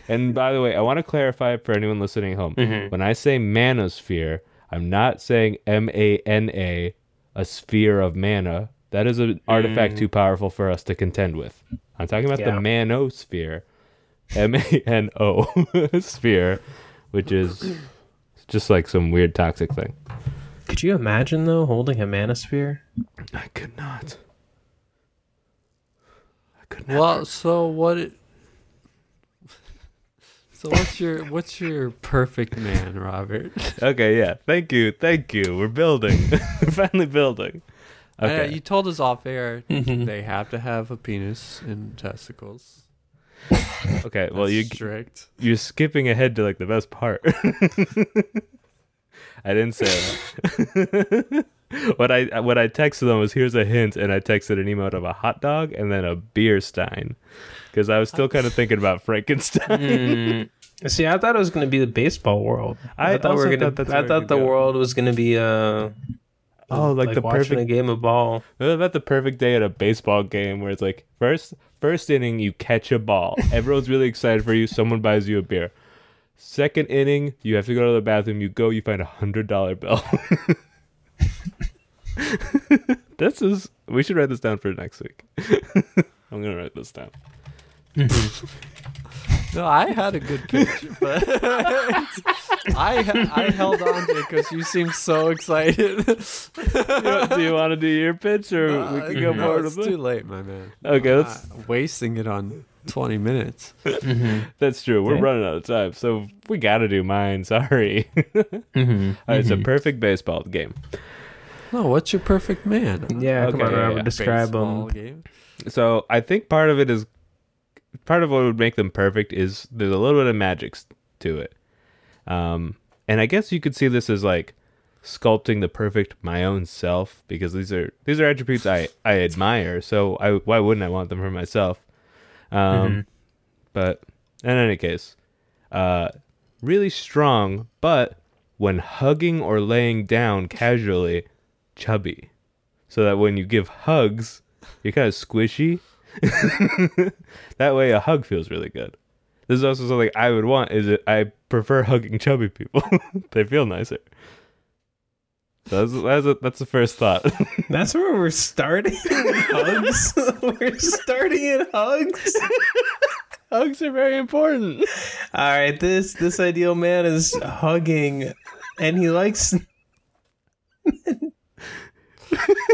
and by the way, I want to clarify for anyone listening at home. When I say manosphere, I'm not saying M A N A, a sphere of mana. That is an artifact too powerful for us to contend with. I'm talking about Yeah. the manosphere. M A N O sphere, which is just like some weird toxic thing. Could you imagine though holding a manosphere? I could not. I could not. Well, so what? It, so what's your what's your perfect man, Robert? Okay, yeah. Thank you. Thank you. We're building. We're finally building. Okay. Okay. Uh, Mm-hmm. you told us off air they have to have a penis and testicles. okay. Well, That's you strict. you're skipping ahead to like the best part. I didn't say that. what I what I texted them was here's a hint, and I texted an emote of a hot dog and then a beer stein, because I was still kind of thinking about Frankenstein. See, I thought it was going to be the baseball world. I thought also gonna, thought that's I where it thought could the go. world was going to be a, a Oh, like, the uh, watching perfect a game of ball. What about the perfect day at a baseball game where it's like first first inning you catch a ball. Everyone's really excited for you. Someone buys you a beer. Second inning, you have to go to the bathroom. You go, you find a hundred dollar bill. this is we should write this down for next week. I'm gonna write this down. No, I had a good picture, but I I held on to it because you seem so excited. You know, do you want to do your pitch or we Uh, can go no, forward it's with too it? late, my man. Okay, let's, Uh, wasting it on twenty minutes. that's true. We're Yeah. running out of time, so we gotta do mine. Sorry. All right, it's a perfect baseball game. No, what's your perfect man? Yeah, come Okay, on, yeah, Robert. yeah. Describe Baseball them. game. So I think part of it is part of what would make them perfect is there's a little bit of magic s- to it. Um, and I guess you could see this as like sculpting the perfect my own self because these are these are attributes I I admire. So I why wouldn't I want them for myself? Um, but in any case, uh, really strong, but when hugging or laying down casually, chubby. So that when you give hugs, you're kind of squishy. that way, a hug feels really good. This is also something I would want. Is it? I prefer hugging chubby people. they feel nicer. So That's that's, a, that's the first thought. That's where we're starting. hugs. we're starting at hugs. Hugs are very important. All right, this this ideal man is hugging, and he likes.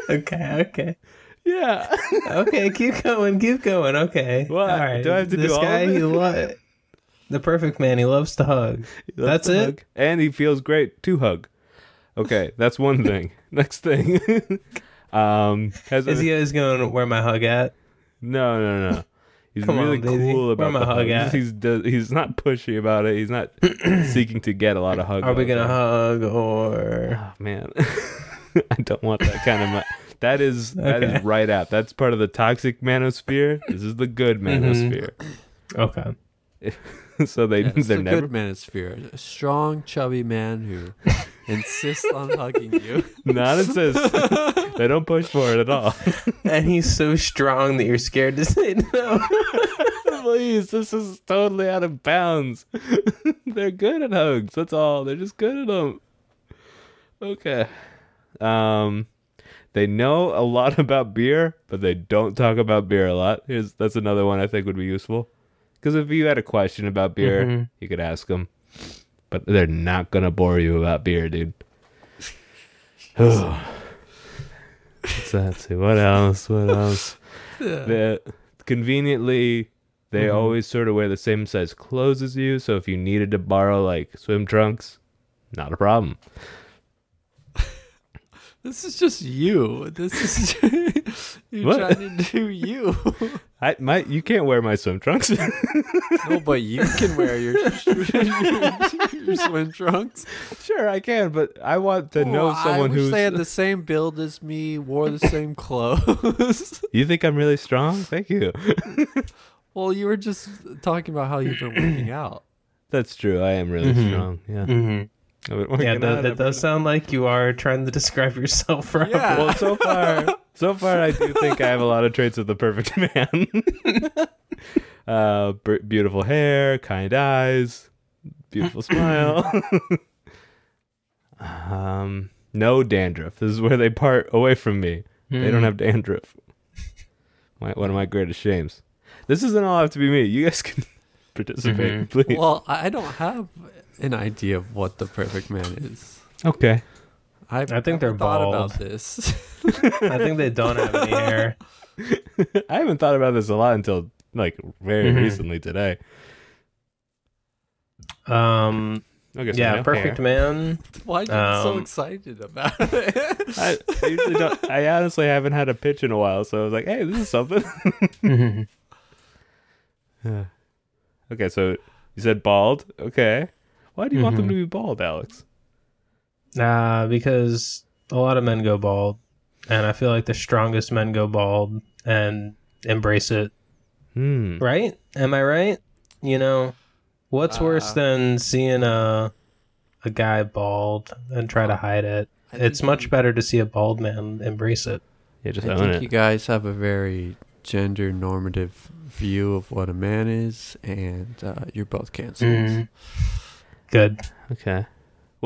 okay, okay, Yeah. okay. Keep going, keep going. Okay. What? All right. Do I have to do this all of guy? it? He lo- the perfect man. He loves to hug. That's the it? hug. And he feels great to hug. Okay, that's one thing. Next thing. um, has Is he always going? Where my hug at? No, no, no. He's Come on, really Daisy. cool about Where my the hug hugs. at? He's do- he's not pushy about it. He's not seeking to get a lot of hugs. Are we out gonna there. hug or? Oh man, I don't want that kind of. Mu- that is that is Okay. right out. That's part of the toxic manosphere. This is the good Mm-hmm. manosphere. Okay. so they It's they're the never good manosphere. A strong, chubby man who insists on hugging you. not insist. they don't push for it at all. And he's so strong that you're scared to say no. Please, this is totally out of bounds. They're good at hugs. That's all. They're just good at them. Okay. Um, they know a lot about beer, but they don't talk about beer a lot. Here's that's another one I think would be useful. Because if you had a question about beer, you could ask them. But they're not gonna bore you about beer, dude. Let's see what else. What else? that conveniently they always sort of wear the same size clothes as you so if you needed to borrow like swim trunks not a problem This is just you. This is you're What? trying to do you. i my you can't wear my swim trunks no, but you can wear your, your, swim trunks. sure i can but i want to know Oh, someone I wish who's they had the same build as me, wore the same clothes. you think i'm really strong thank you well, you were just talking about how you've been working out. that's true i am really strong yeah I've been working Yeah, Mm-hmm. out, that, I've that been- does sound like you are trying to describe yourself, Robert. Yeah. well so far so far i do think i have a lot of traits of the perfect man uh b- beautiful hair kind eyes beautiful smile um no dandruff this is where they part away from me they Hmm. don't have dandruff my, one of my greatest shames this doesn't all have to be me you guys can Mm-hmm. participate please Well, I I don't have an idea of what the perfect man is. okay I, I think they're thought bald. about this. I think they don't have any hair. i haven't thought about this a lot until like very Mhm. recently today Um, okay so yeah, no perfect hair. man. Why are you so Um, excited about it? I, I usually don't. I honestly haven't had a pitch in a while, so I was like, "Hey, this is something." Mm-hmm. okay, so you said bald. Okay, why do you want them to be bald, Alex? Uh, because a lot of men go bald, and I feel like the strongest men go bald and embrace it. Hmm. Right? Am I right? You know, Uh, what's worse than seeing a a guy bald and try to hide it? I it's think much better to see a bald man embrace it. Yeah, just I own think it. you guys have a very gender normative view of what a man is, and uh, you're both canceled. Mm. Good. Okay. Mm-hmm.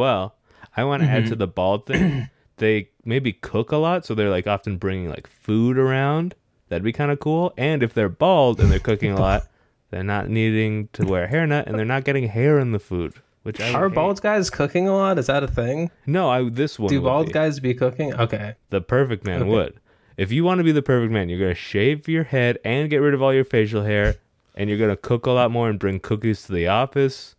Well, I want to add to the bald thing. they maybe cook a lot, so they're like often bringing like food around. That'd be kind of cool. And if they're bald and they're cooking a lot, they're not needing to wear a hairnet and they're not getting hair in the food. Which I would Are hate. bald guys cooking a lot? Is that a thing? No, I this one. Do would bald be. guys be cooking? Okay. The perfect man Okay. would. If you want to be the perfect man, you're gonna shave your head and get rid of all your facial hair, and you're gonna cook a lot more and bring cookies to the office,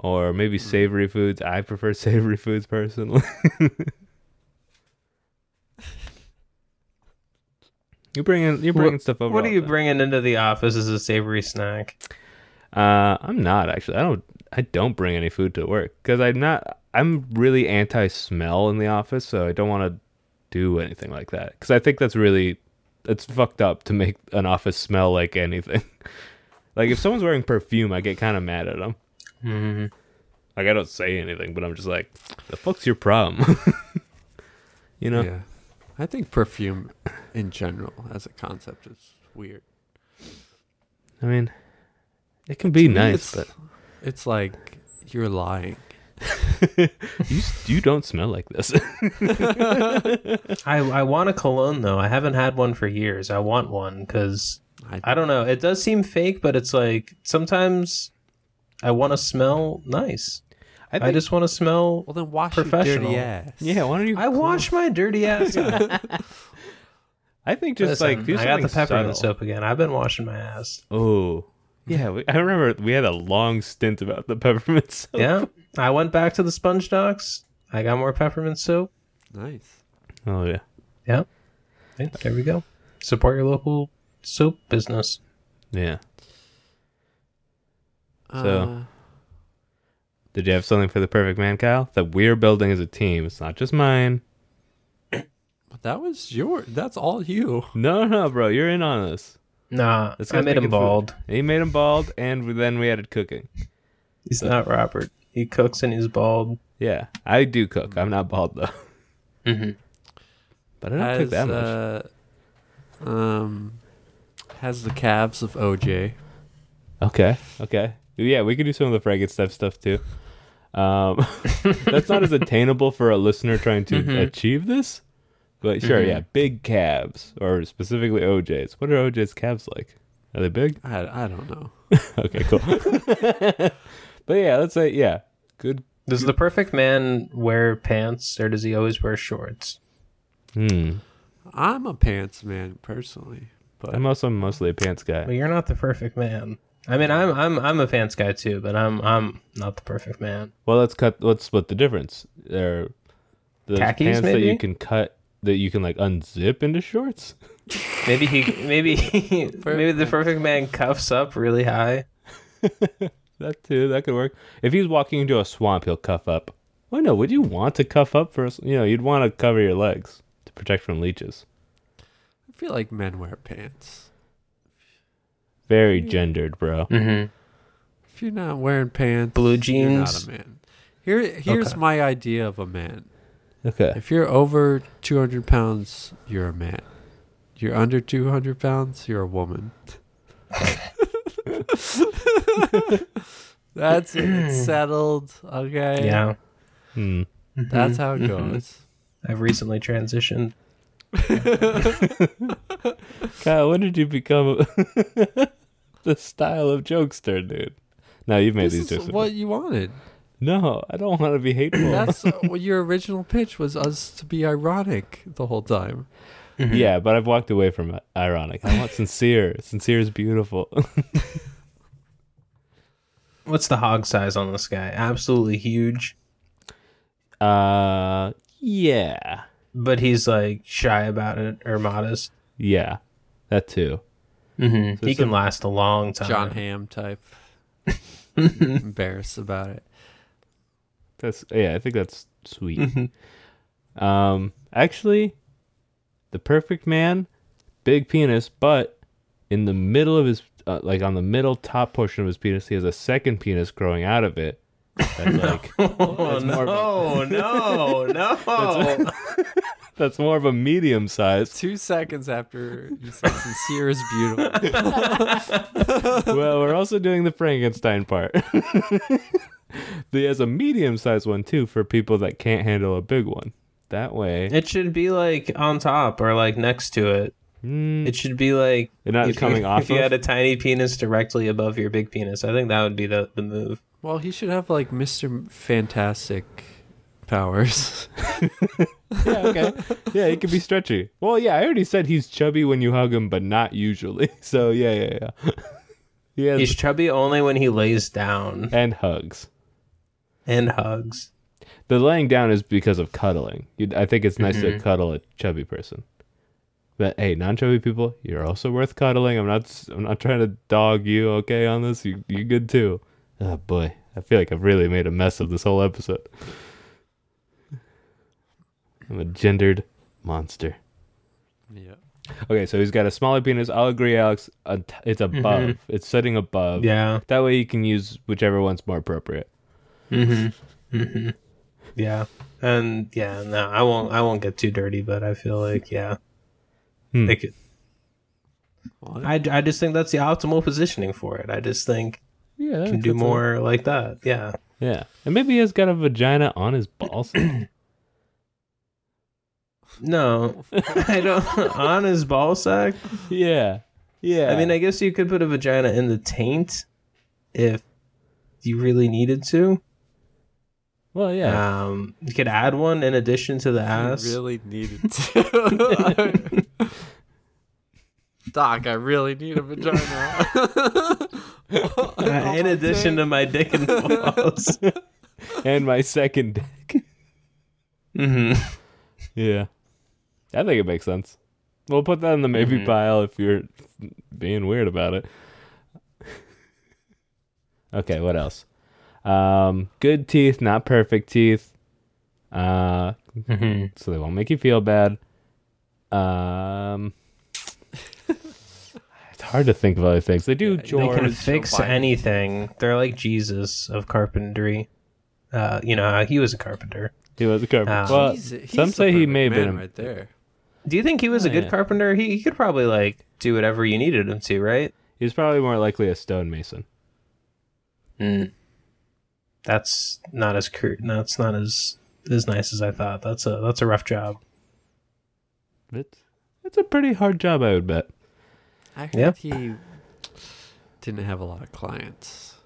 or maybe Hmm. savory foods. I prefer savory foods personally. Mm-hmm. you bring in, you're What- bringing stuff over. What are all you the bringing into the office as a savory snack? time. Uh, I'm not actually. I don't. I don't bring any food to work because I'm not. I'm really anti-smell in the office, so I don't want to do anything like that because I think that's really it's fucked up to make an office smell like anything. like if someone's wearing perfume, I get kind of mad at them. Mm. Like I don't say anything, but I'm just like, the fuck's your problem? you know? Yeah, I think perfume in general as a concept is weird. I mean, it can be To me, nice, it's- it's like you're lying. but you s- you don't smell like this. I, I want a cologne though. I haven't had one for years. I want one because I don't know. It does seem fake, but it's like sometimes I want to smell nice. I, I just want to smell. Well, then wash your dirty Professional. ass. yeah. Why don't you? I wash my dirty ass. Just I think just like do I got the peppermint subtle. soap again. I've been washing my ass. Oh. Yeah, we, I remember we had a long stint about the peppermint soap. Yeah, I went back to the sponge docs. I got more peppermint soap. Nice. Oh yeah. Yeah, Yeah, there we go. Support your local soap business. Yeah. So Did you have something for the perfect man, Kyle? That we're building as a team. It's not just mine. that was your. That's all you. No, no, bro, you're in on this. Nah, This I guy's made him making food. bald. He made him bald, and we- then we added cooking. He's not Robert. He cooks and he's bald. Yeah, I do cook. I'm not bald though, Mm-hmm. but I don't cook that much. Uh, um, has the calves of OJ. Okay, okay, yeah, we could do some of the Frankenstein stuff stuff too. Um, that's not as attainable for a listener trying to Mhm. achieve this, but sure, Mhm. yeah, big calves, or specifically OJ's. What are OJ's calves like? Are they big? I, I don't know. Okay, cool. but yeah, let's say yeah, good. Does the perfect man wear pants or does he always wear shorts? Hmm. I'm a pants man personally, but I'm also mostly a pants Well, guy. you're not the perfect man. I mean, I'm I'm I'm a pants guy too, but I'm I'm not the perfect man. Well, let's cut. Let's split the difference. There, the Khakis, pants that you maybe? can cut that you can like unzip into shorts. Maybe he maybe maybe the perfect man cuffs up really high. That too. That could work. If he's walking into a swamp, he'll cuff up. Well, no, would you want to cuff up for? a s- You know, you'd want to cover your legs to protect from leeches. I feel like men wear pants. Very gendered, bro. Mm-hmm. If you're not wearing pants, Blue you're not jeans. a man. Here, here's Okay. my idea of a man. Okay. If you're over 200 pounds, you're a man. You're under 200 pounds, you're a woman. That's it. It's settled. Okay. Yeah, Hmm. That's how it Mhm. goes. I've recently transitioned. Kyle, when did you become the style of jokester, dude? No, you've made This these jokes. is before. what you wanted. No, I don't want to be hateful. That's what your original pitch was us to be ironic the whole time. yeah, but I've walked away from it. ironic. I want sincere. sincere is beautiful. What's the hog size on this guy? Absolutely huge, Uh, yeah, but he's like shy about it or modest. yeah, that too. Mm-hmm. he it's can last a long time. John Ham type. Embarrassed about it. That's yeah. I think that's sweet. Mhm. um, actually, the perfect man, big penis, but in the middle of his uh, like on the middle top portion of his penis, he has a second penis growing out of it, That's like Oh, That's more no, no, no. that's more of a medium size. Two seconds after you said sincere is beautiful. Well, we're also doing the Frankenstein part. There's a medium sized one too for people that can't handle a big one. That way, It should be like on top or like next to it. mm, It should be like You're not if you- coming off If you of? had a tiny penis directly above your big penis, I think that would be the, the move. Well, he should have like Mr. Fantastic powers. yeah, okay. yeah, he could be stretchy. Well, yeah, I already said he's chubby when you hug him, but not usually. So yeah, yeah, yeah. he has He's chubby only when he lays down and hugs. and hugs. The laying down is because of cuddling. you I think it's nice to cuddle a chubby person. But hey, non-chubby people, you're also worth cuddling. I'm not. s- I'm not trying to dog you. Okay, on this, you you're good too. Oh boy, I feel like I've really made a mess of this whole episode. I'm a gendered monster. yeah. Okay, so he's got a smaller penis. I'll agree, Alex. A t- It's above. It's sitting above. Yeah. That way you can use whichever one's more appropriate. Mm-hmm. Yeah. And yeah, no, I won't I won't get too dirty, but I feel like yeah. Hmm. They could- Well, I, I just think that's the optimal positioning for it. I just think Yeah. can do more like that. Yeah. yeah. And maybe he's got a vagina on his balls. No. I don't on his ball sack. yeah. Yeah. I mean, I guess you could put a vagina in the taint if you really needed to. well, yeah. Um, you could add one in addition to the ass. I really needed to. Doc, I really need a vagina. Uh, in addition to my dick and balls. Ah. and my second dick. hmm yeah. I think it makes sense. We'll put that in the maybe pile if you're being weird about it. okay, what else? Um, good teeth, not perfect teeth. Uh, hmm so they won't make you feel bad. Um, it's hard to think of other things. They do Yeah, They George. can George fix O'Biden. anything. They're like Jesus of carpentry. Uh, you know, how he was a carpenter. He was a carpenter. Ah. well, He's- he's some the say he perfect may have man been. right there. Do you think he was a Oh, good yeah. carpenter? He, he could probably like do whatever you needed him to, right? He was probably more likely a stonemason. That's not as cr- that's not as as nice as I thought. That's a that's a rough job. It's it's a pretty hard job, I would bet. I heard Yep. he didn't have a lot of clients.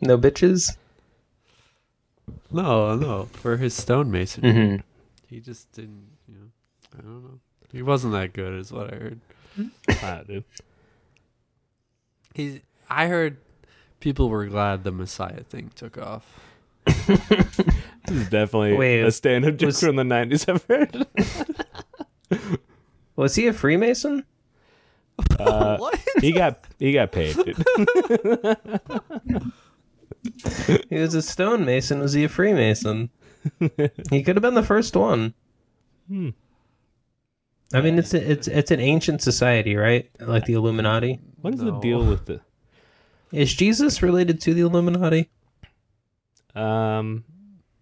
No bitches. No, no. For his stonemason, Mm-hmm. he just didn't. You know, I don't know. He wasn't that good, is what I heard. Ah, dude. He's. I heard people were glad the Messiah thing took off. This is definitely Wait, a stand-up joke was- from the nineties. I've heard. Was he a Freemason? Uh, what? He got he got paid. Dude. He was a stonemason. Was he a Freemason? he could have been the first one. Hmm. I mean, it's a, it's it's an ancient society, right? Like the Illuminati. What is the No. deal with the? Is Jesus related to the Illuminati? Um.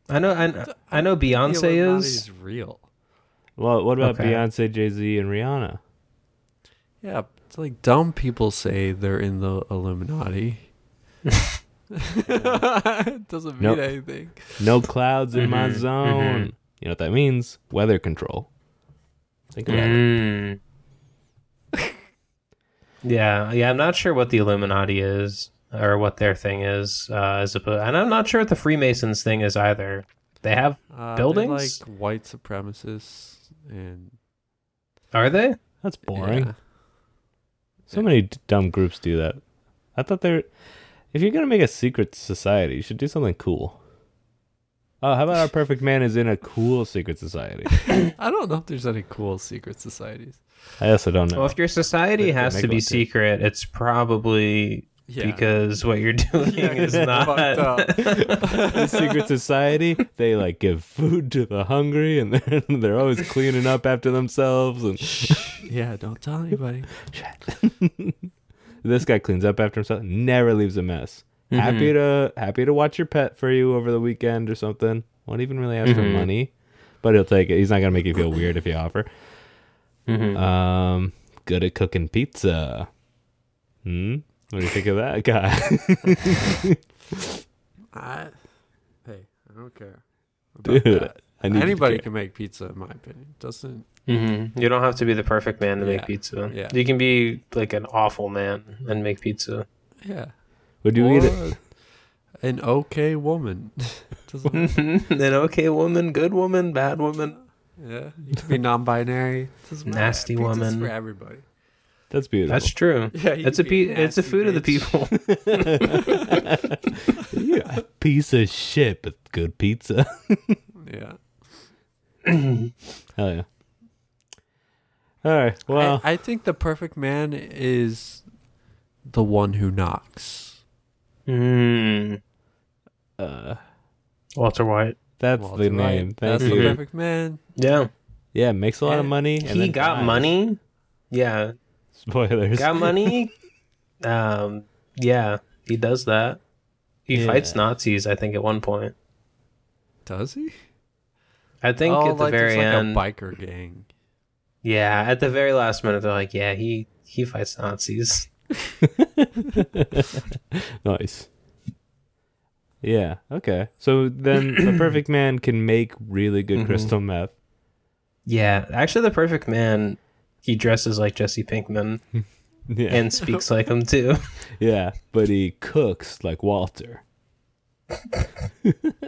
I know, I, I know Beyonce is. Illuminati's real. Well, what about Okay. Beyonce, Jay Z, and Rihanna? Yeah, it's like dumb people say they're in the Illuminati. it doesn't mean Nope. anything. No clouds in my zone. You know what that means? Weather control. Think about it. Mm. yeah, yeah. I'm not sure what the Illuminati is or what their thing is, uh, as opposed, and I'm not sure what the Freemasons thing is either. They have, Uh, they're Buildings? like white supremacists and are they? That's boring. Yeah. So many d- dumb groups do that. I thought they were. If you're gonna make a secret society, you should do something cool. Oh, how about our perfect man is in a cool secret society? I don't know if there's any cool secret societies. I also don't know. Well, if your society They- they has make to it be look good. secret, it's probably Yeah. because what you're doing Yeah, is it's not. fucked up. the secret society, they like give food to the hungry, and they're, they're always cleaning up after themselves. And yeah, don't tell anybody. this guy cleans up after himself, never leaves a mess. Mm-hmm. Happy to happy to watch your pet for you over the weekend or something. Won't even really ask Mm-hmm. for money, but he'll take it. He's not gonna make you feel weird if you offer. Mm-hmm. Um, good at cooking pizza. Hmm. What do you think of that guy? I, hey, I don't care. about Dude, that. I need you to Anybody care. can make pizza, in my opinion. Doesn't Mm-hmm. You don't have to be the perfect man to Yeah. make pizza. Yeah. You can be like an awful man and make pizza. yeah. Would you eat it? Or An okay woman. Doesn't Mm-hmm. An okay woman, good woman, bad woman. yeah. You can be non-binary. Doesn't matter. Nasty Pizza's woman. for everybody. That's beautiful. That's true. Yeah, you It's a could be pe- it's a nasty food of the bitch. people. You're a piece of shit, but good pizza. Yeah. Hell yeah. All right. Well, I, I think the perfect man is the one who knocks. Mm. uh, Walter White. that's Walter the White. name. Thank That's you. the perfect man. Yeah. Yeah, makes a lot of Yeah. money. and Uh, he then got dies. money. Yeah. Spoilers. Got money. um. Yeah. He does that. He Yeah. fights Nazis. I think at one point. Does he? I think oh, at the like there's very like end. a biker gang. Yeah. At the very last minute, they're like, "Yeah, he he fights Nazis." nice. Yeah. Okay. So then, the perfect man can make really good Mm-hmm. crystal meth. Yeah. Actually, the perfect man. He dresses like Jesse Pinkman Yeah. and speaks like him too. yeah. But he cooks like Walter.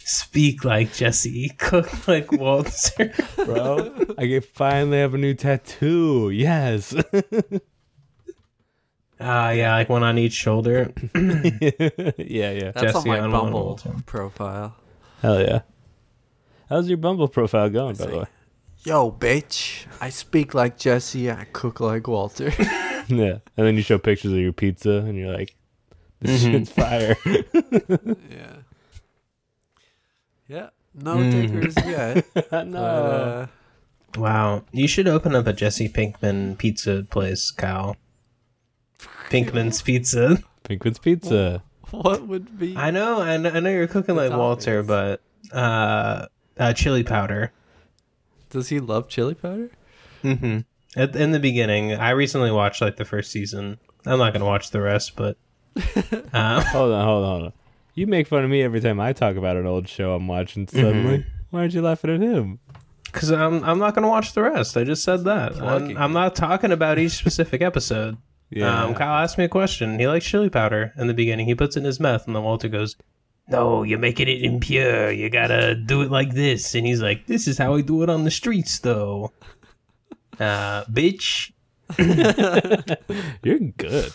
Speak like Jesse, cook like Walter. bro. I can finally have a new tattoo. Yes. Ah, yeah, like one on each shoulder. yeah, yeah. That's Jesse on my on one Bumble Walter. profile. Hell yeah. How's your Bumble profile going, by the way? Yo, bitch! I speak like Jesse. I cook like Walter. Yeah. And then you show pictures of your pizza and you're like, this Mm-hmm. shit's fire. yeah. Yeah. No takers yet. no. But, uh, Wow, you should open up a Jesse Pinkman pizza place, Kyle. Pinkman's Pizza. Pinkman's Pizza. what would be? I know, I know, I know you're cooking like It's Walter, but uh, uh, chili powder. Does he love chili powder? Mm-hmm. At, in the beginning, I recently watched like the first season. I'm not gonna watch the rest, but uh, Hold on, hold on, hold on. You make fun of me every time I talk about an old show I'm watching Mm-hmm. suddenly. Why aren't you laughing at him? Because I'm I'm not gonna watch the rest. I just said that. I'm, Plugging. I'm not talking about each specific episode. Yeah. Um, Kyle asked me a question. He likes chili powder in the beginning. He puts it in his mouth, and then Walter goes, "No, you're making it impure. You gotta do it like this." And he's like, "This is how I do it on the streets, though." Uh, bitch. You're good,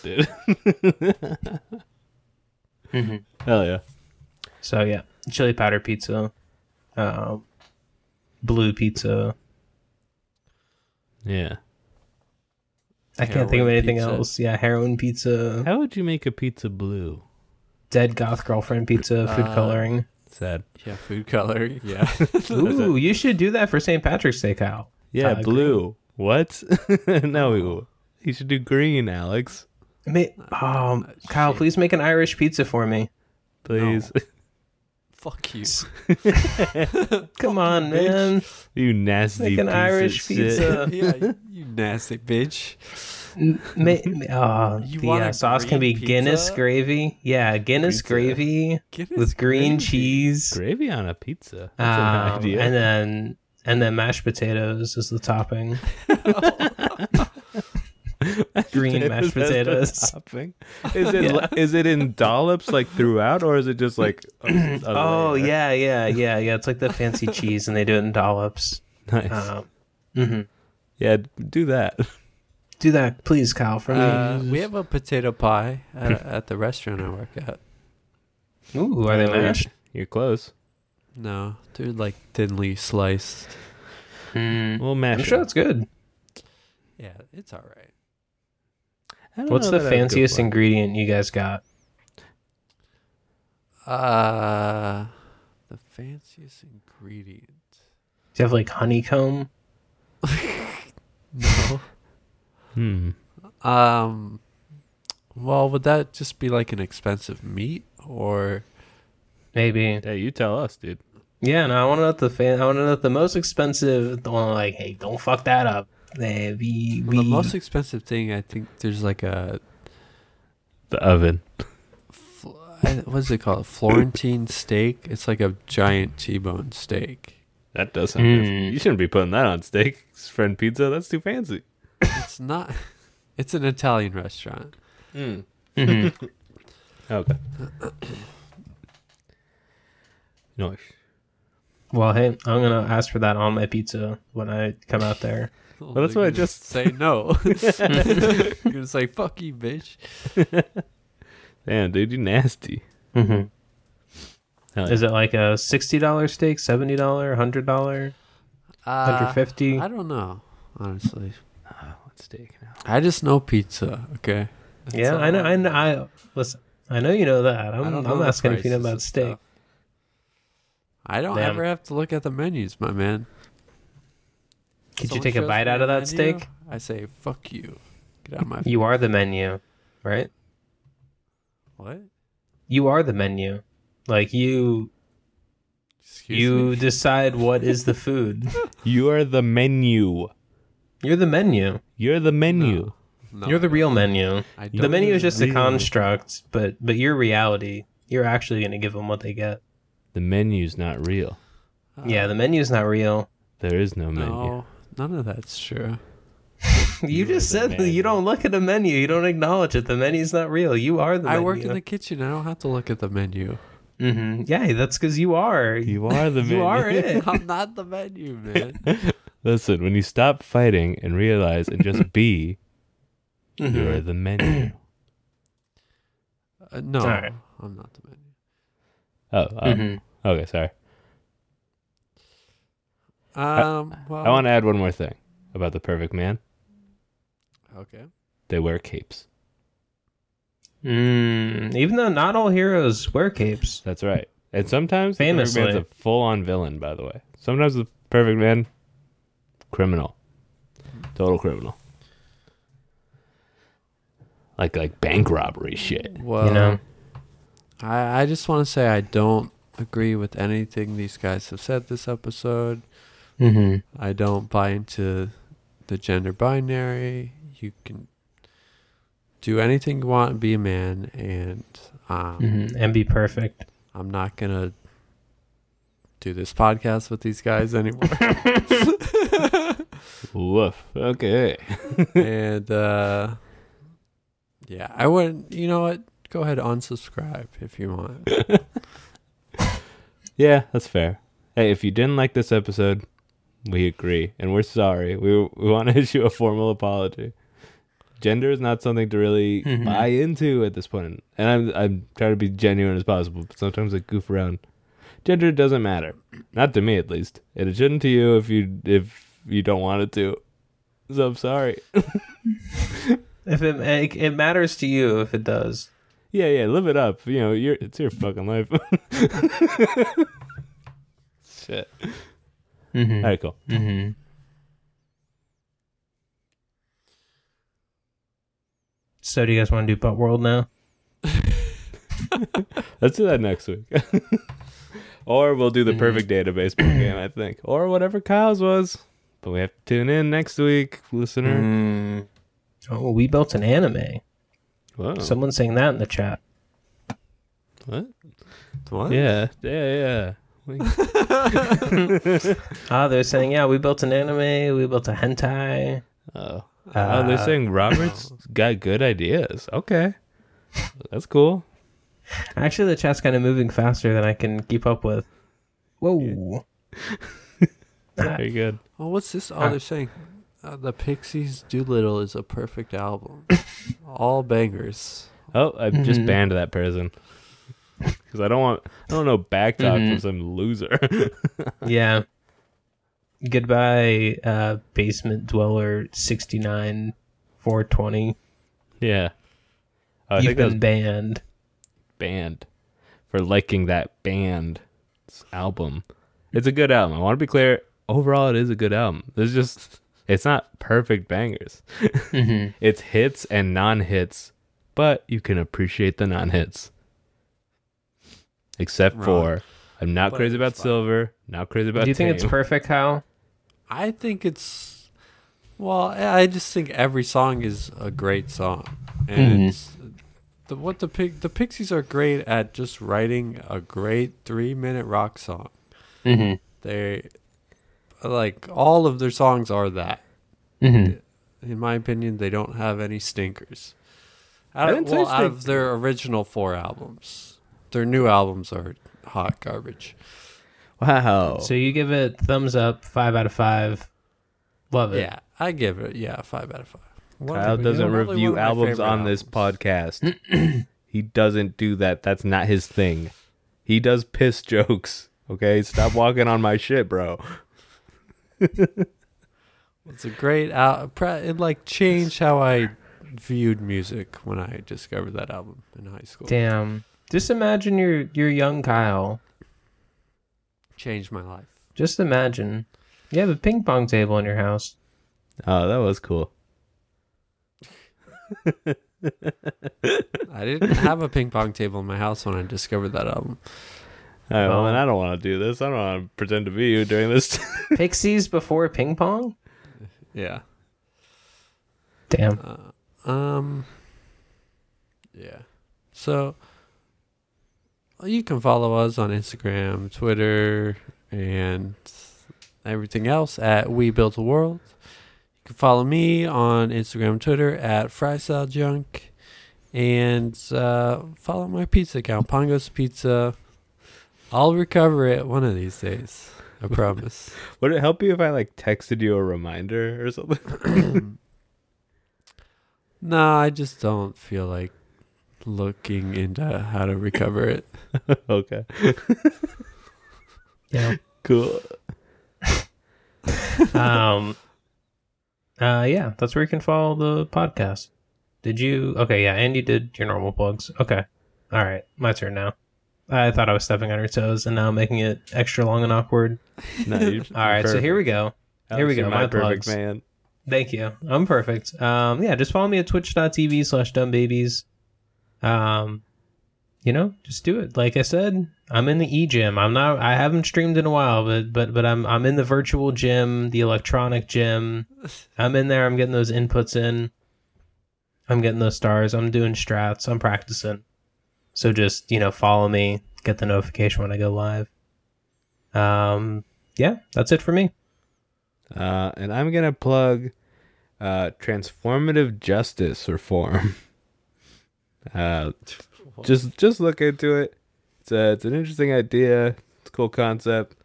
dude. Mm-hmm. Hell yeah. So yeah, chili powder pizza, um, blue pizza. Yeah. I can't think of Heroin anything pizza. else. Yeah, heroin pizza, How would you make a pizza blue? dead goth girlfriend pizza, food Uh, coloring. Sad. Yeah, food coloring. Yeah. Ooh, you should do that for St. Patrick's Day, Kyle. Yeah, Uh, blue. What? Oh. no, he should do green, Alex. Ma- um, Kyle, please make an Irish pizza for me. Please. Fuck you. Come on, man. you nasty Make an piece Irish of shit. pizza. yeah, you- you nasty bitch. Ma- ma- oh, You the want uh, a sauce can be green Guinness pizza? gravy. Yeah, Guinness Pizza. gravy Guinness with green gravy. cheese. Gravy on a pizza. That's an Um, idea. and then and then mashed potatoes is the topping. green That's mashed the potatoes. topping. Is it is it in dollops like throughout, or is it just like? a- a Oh layer? yeah, yeah, yeah, yeah. It's like the fancy cheese, and they do it in dollops. nice. Um, mhm. yeah, do that. Do that, please, Kyle, for me. Uh, we have a potato pie at, at the restaurant I work at. Ooh, are they mashed? You're close. No, they're like thinly sliced. Mm. We'll mash. I'm sure it. it's good. Yeah, it's all right. I don't What's know that the I have a good fanciest one. ingredient you guys got? Uh, the fanciest ingredient. Do you have like honeycomb? No. Hmm. Um, Well, would that just be like an expensive meat or Maybe. Hey, you tell us, dude. Yeah, no, I want to know if the fan. I want to know if the most expensive, the one like, hey, don't fuck that up. Eh, we, well, the we- most expensive thing? I think there's like a The oven. fl- I- what's it called? Florentine steak. It's like a giant T-bone steak. That does sound Mm. fancy. You shouldn't be putting that on steak, friend pizza. That's too fancy. It's not. It's an Italian restaurant. Mhm. Okay. nice. well, hey, I'm gonna ask for that on my pizza when I come out there. Well, that's they're what I gonna just- say. No, you're gonna say fuck you, bitch. Damn, dude, you nasty. Mm-hmm. Hell Is it like a sixty dollar steak, seventy dollar, hundred dollar, Uh, hundred fifty? I don't know, honestly. yeah. Ah, What's steak now? I just know pizza. Okay. That's Yeah, all I know. I know. I listen. I know you know that. I I'm, don't know I'm the asking if you know prices about and steak. stuff. I don't Damn. ever have to look at the menus, my man. Could you Someone take a shows bite me out of that menu, steak? I say fuck you. Get out of my. You are the menu, right? what? You are the menu. Like you, Excuse you me? decide what is the food. You are the menu. You're the menu. You're the menu. No, You're the real menu. I don't The menu is just a Real. construct, but but your reality, you're actually going to give them what they get. The menu's not real. Uh, yeah, the menu's not real. There is no menu. No, none of that's true. You, You just are the said that menu. you don't look at a menu. You don't acknowledge it. The menu's not real. You are the I menu. work in the kitchen. I don't have to look at the menu. hmm Yeah, that's because you are. You, You are the menu. are it. I'm not the menu, man. Listen, when you stop fighting and realize and just be, you are Mhm. the menu. Uh, no, All right. I'm not the menu. Oh, uh, Mhm. okay, sorry. Um, well, I want to add one more thing about the perfect man. Okay. They wear capes. Mm, even though not all heroes wear capes. That's right. And sometimes the perfect Famously. man's a full-on villain. By the way, sometimes the perfect man, criminal, total criminal, like like bank robbery shit. Well, you know. I, I just want to say I don't agree with anything these guys have said this episode. Mm-hmm. I don't buy into the gender binary. You can do anything you want and be a man, and um, hmm And be perfect. I'm not gonna do this podcast with these guys anymore. Woof. Okay. and uh, yeah, I wouldn't. You know what? Go ahead, unsubscribe if you want. Yeah, that's fair. Hey, if you didn't like this episode, we agree, and we're sorry. We we want to issue a formal apology. Gender is not something to really Mhm. buy into at this point, and I'm I'm trying to be genuine as possible. But sometimes I goof around. Gender doesn't matter, not to me at least, and it shouldn't to you if you if you don't want it to. So I'm sorry. If it, it it matters to you, if it does. Yeah, yeah, live it up. You know, you're it's your fucking life. Shit. Mm-hmm. All right, cool. Mm-hmm. So, do you guys want to do Butt World now? Let's do that next week. or we'll do the perfect database board game, I think. Or whatever Kyle's was. But we have to tune in next week, Mm. listener. Oh, we built an anime. Whoa. Someone saying that in the chat. what? What? Yeah, yeah, yeah. We- Ah, they're saying, yeah, we built an anime. We built a hentai. oh. Uh, oh, they're saying Robert's got good ideas. Okay. That's cool. Actually, the chat's kind of moving faster than I can keep up with. Whoa. Very good. Well, what's this? Oh, they're saying uh, the Pixies Doolittle is a perfect album. All bangers. Oh, I just Mhm. banned that person. Because I don't want, I don't know back talk from Mhm. some loser. yeah. Goodbye, uh, Basement Dweller 69 420. yeah. Oh, I You've think that was been banned. band for liking that band's album. It's a good album. I want to be clear. Overall, it is a good album. There's just it's not perfect bangers. Mm-hmm. It's hits and non-hits, but you can appreciate the non-hits. Except Wrong. for, I'm not But crazy about it's fine. Silver, not crazy about. Do you think it's Tame. perfect, Hal? I think it's well. I I just think every song is a great song, and Mhm. it's, the what the pig the Pixies are great at just writing a great three minute rock song. Mm-hmm. They like all of their songs are that. Mm-hmm. In my opinion, they don't have any stinkers. Out, I of, didn't say well, out of stink- their original four albums, their new albums are hot garbage. Wow. So you give it thumbs up, five out of five. Love it. Yeah, I give it yeah five out of five. One of Kyle the- doesn't probably one of review my albums favorite on this albums. podcast. he doesn't do that. That's not his thing. He does piss jokes. Okay, stop walking on my shit, bro. It's a great album. It like changed how I viewed music when I discovered that album in high school. Damn. Just imagine you're you're young Kyle. Changed my life. Just imagine. You have a ping pong table in your house. Oh, that was cool. I didn't have a ping pong table in my house when I discovered that album. All right, well, Well- then I don't want to do this. I don't want to pretend to be you during this. Pixies before ping pong? Yeah. Damn. Uh, um. Yeah. So you can follow us on Instagram, Twitter, and everything else at We Built a World. You can follow me on Instagram, Twitter at Frystyle Junk, and uh, follow my pizza account, Pongo's Pizza. I'll recover it one of these days. I promise. Would it help you if I like texted you a reminder or something? No, I just don't feel like looking into how to recover it. okay, Yeah. cool. um uh yeah that's where you can follow the podcast did you okay yeah and you did your normal plugs okay all right my turn now i thought i was stepping on your toes and now I'm making it extra long and awkward No, you- all right so here we go here we Alex, go, you're my perfect plugs. man. Thank you. I'm perfect. Um, yeah, just follow me at twitch.tv slash dumbbabies. Um, you know, just do it. Like I said, I'm in the e gym. I'm not. I haven't streamed in a while, but but but I'm I'm in the virtual gym, the electronic gym. I'm in there. I'm getting those inputs in. I'm getting those stars. I'm doing strats. I'm practicing. So just you know, follow me. Get the notification when I go live. Um, yeah, that's it for me. Uh, and I'm gonna plug uh, transformative justice reform. uh, just just look into it. It's a, it's an interesting idea. It's a cool concept.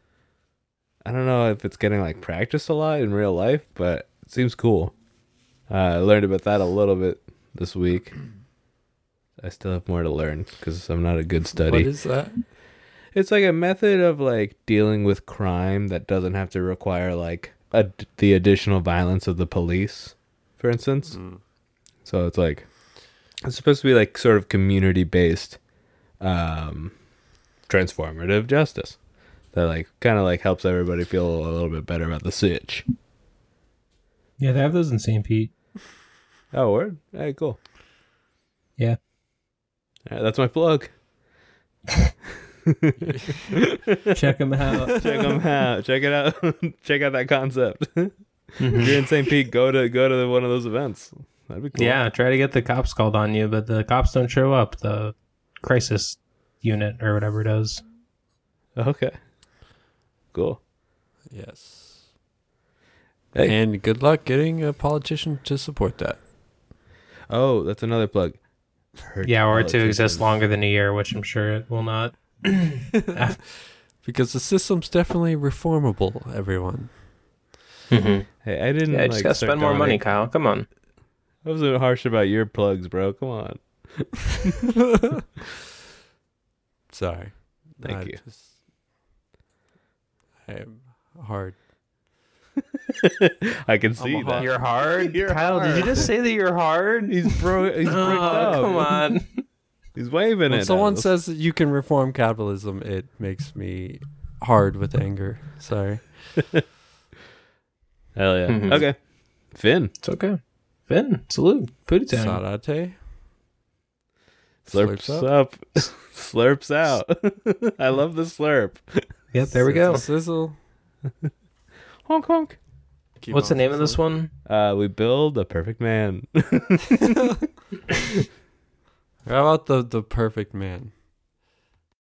I don't know if it's getting like practiced a lot in real life, but it seems cool. Uh, I learned about that a little bit this week. I still have more to learn because I'm not a good What study. is that? It's like a method of like dealing with crime that doesn't have to require like ad- the additional violence of the police, for instance. So it's like it's supposed to be like sort of community based, um, transformative justice that like kind of like helps everybody feel a little bit better about the sitch. Yeah, they have those in St. Pete. Oh, word. Hey, cool. Yeah. All right, that's my plug. Check them out. Check them out. Check it out. Check out that concept. Mm-hmm. If you're in St. Pete, go to go to one of those events. That'd be cool. Yeah, try to get the cops called on you, but the cops don't show up. The crisis unit or whatever it is. Okay. Cool. Yes. Hey. And good luck getting a politician to support that. Oh, that's another plug. Hurt Yeah, or to politicians. exist longer than a year, which I'm sure it will not. Because the system's definitely reformable, everyone. Mm-hmm. Hey, I didn't. Yeah, like, just gotta start spend more money, dominating- Kyle. Come on. I was a little harsh about your plugs, bro. Come on. Sorry. Thank you. Just, I'm hard. I can see a that. hawk. You're hard, You're Kyle. Did you hard. just say that you're hard? He's bro. He's bricked Oh, up. come on. He's waving When it. someone at us. says that you can reform capitalism, it makes me hard with anger. Sorry. "Hell yeah." Mhm. Okay. Finn. It's okay. Finn, salute, Pootie Town. Sarate. Slurps, up. slurps out. I love the slurp. Yep, there we go. Sizzle. Honk honk. Keep What's the on name of this sizzling. one? Uh, we build a perfect man. How about the the perfect man?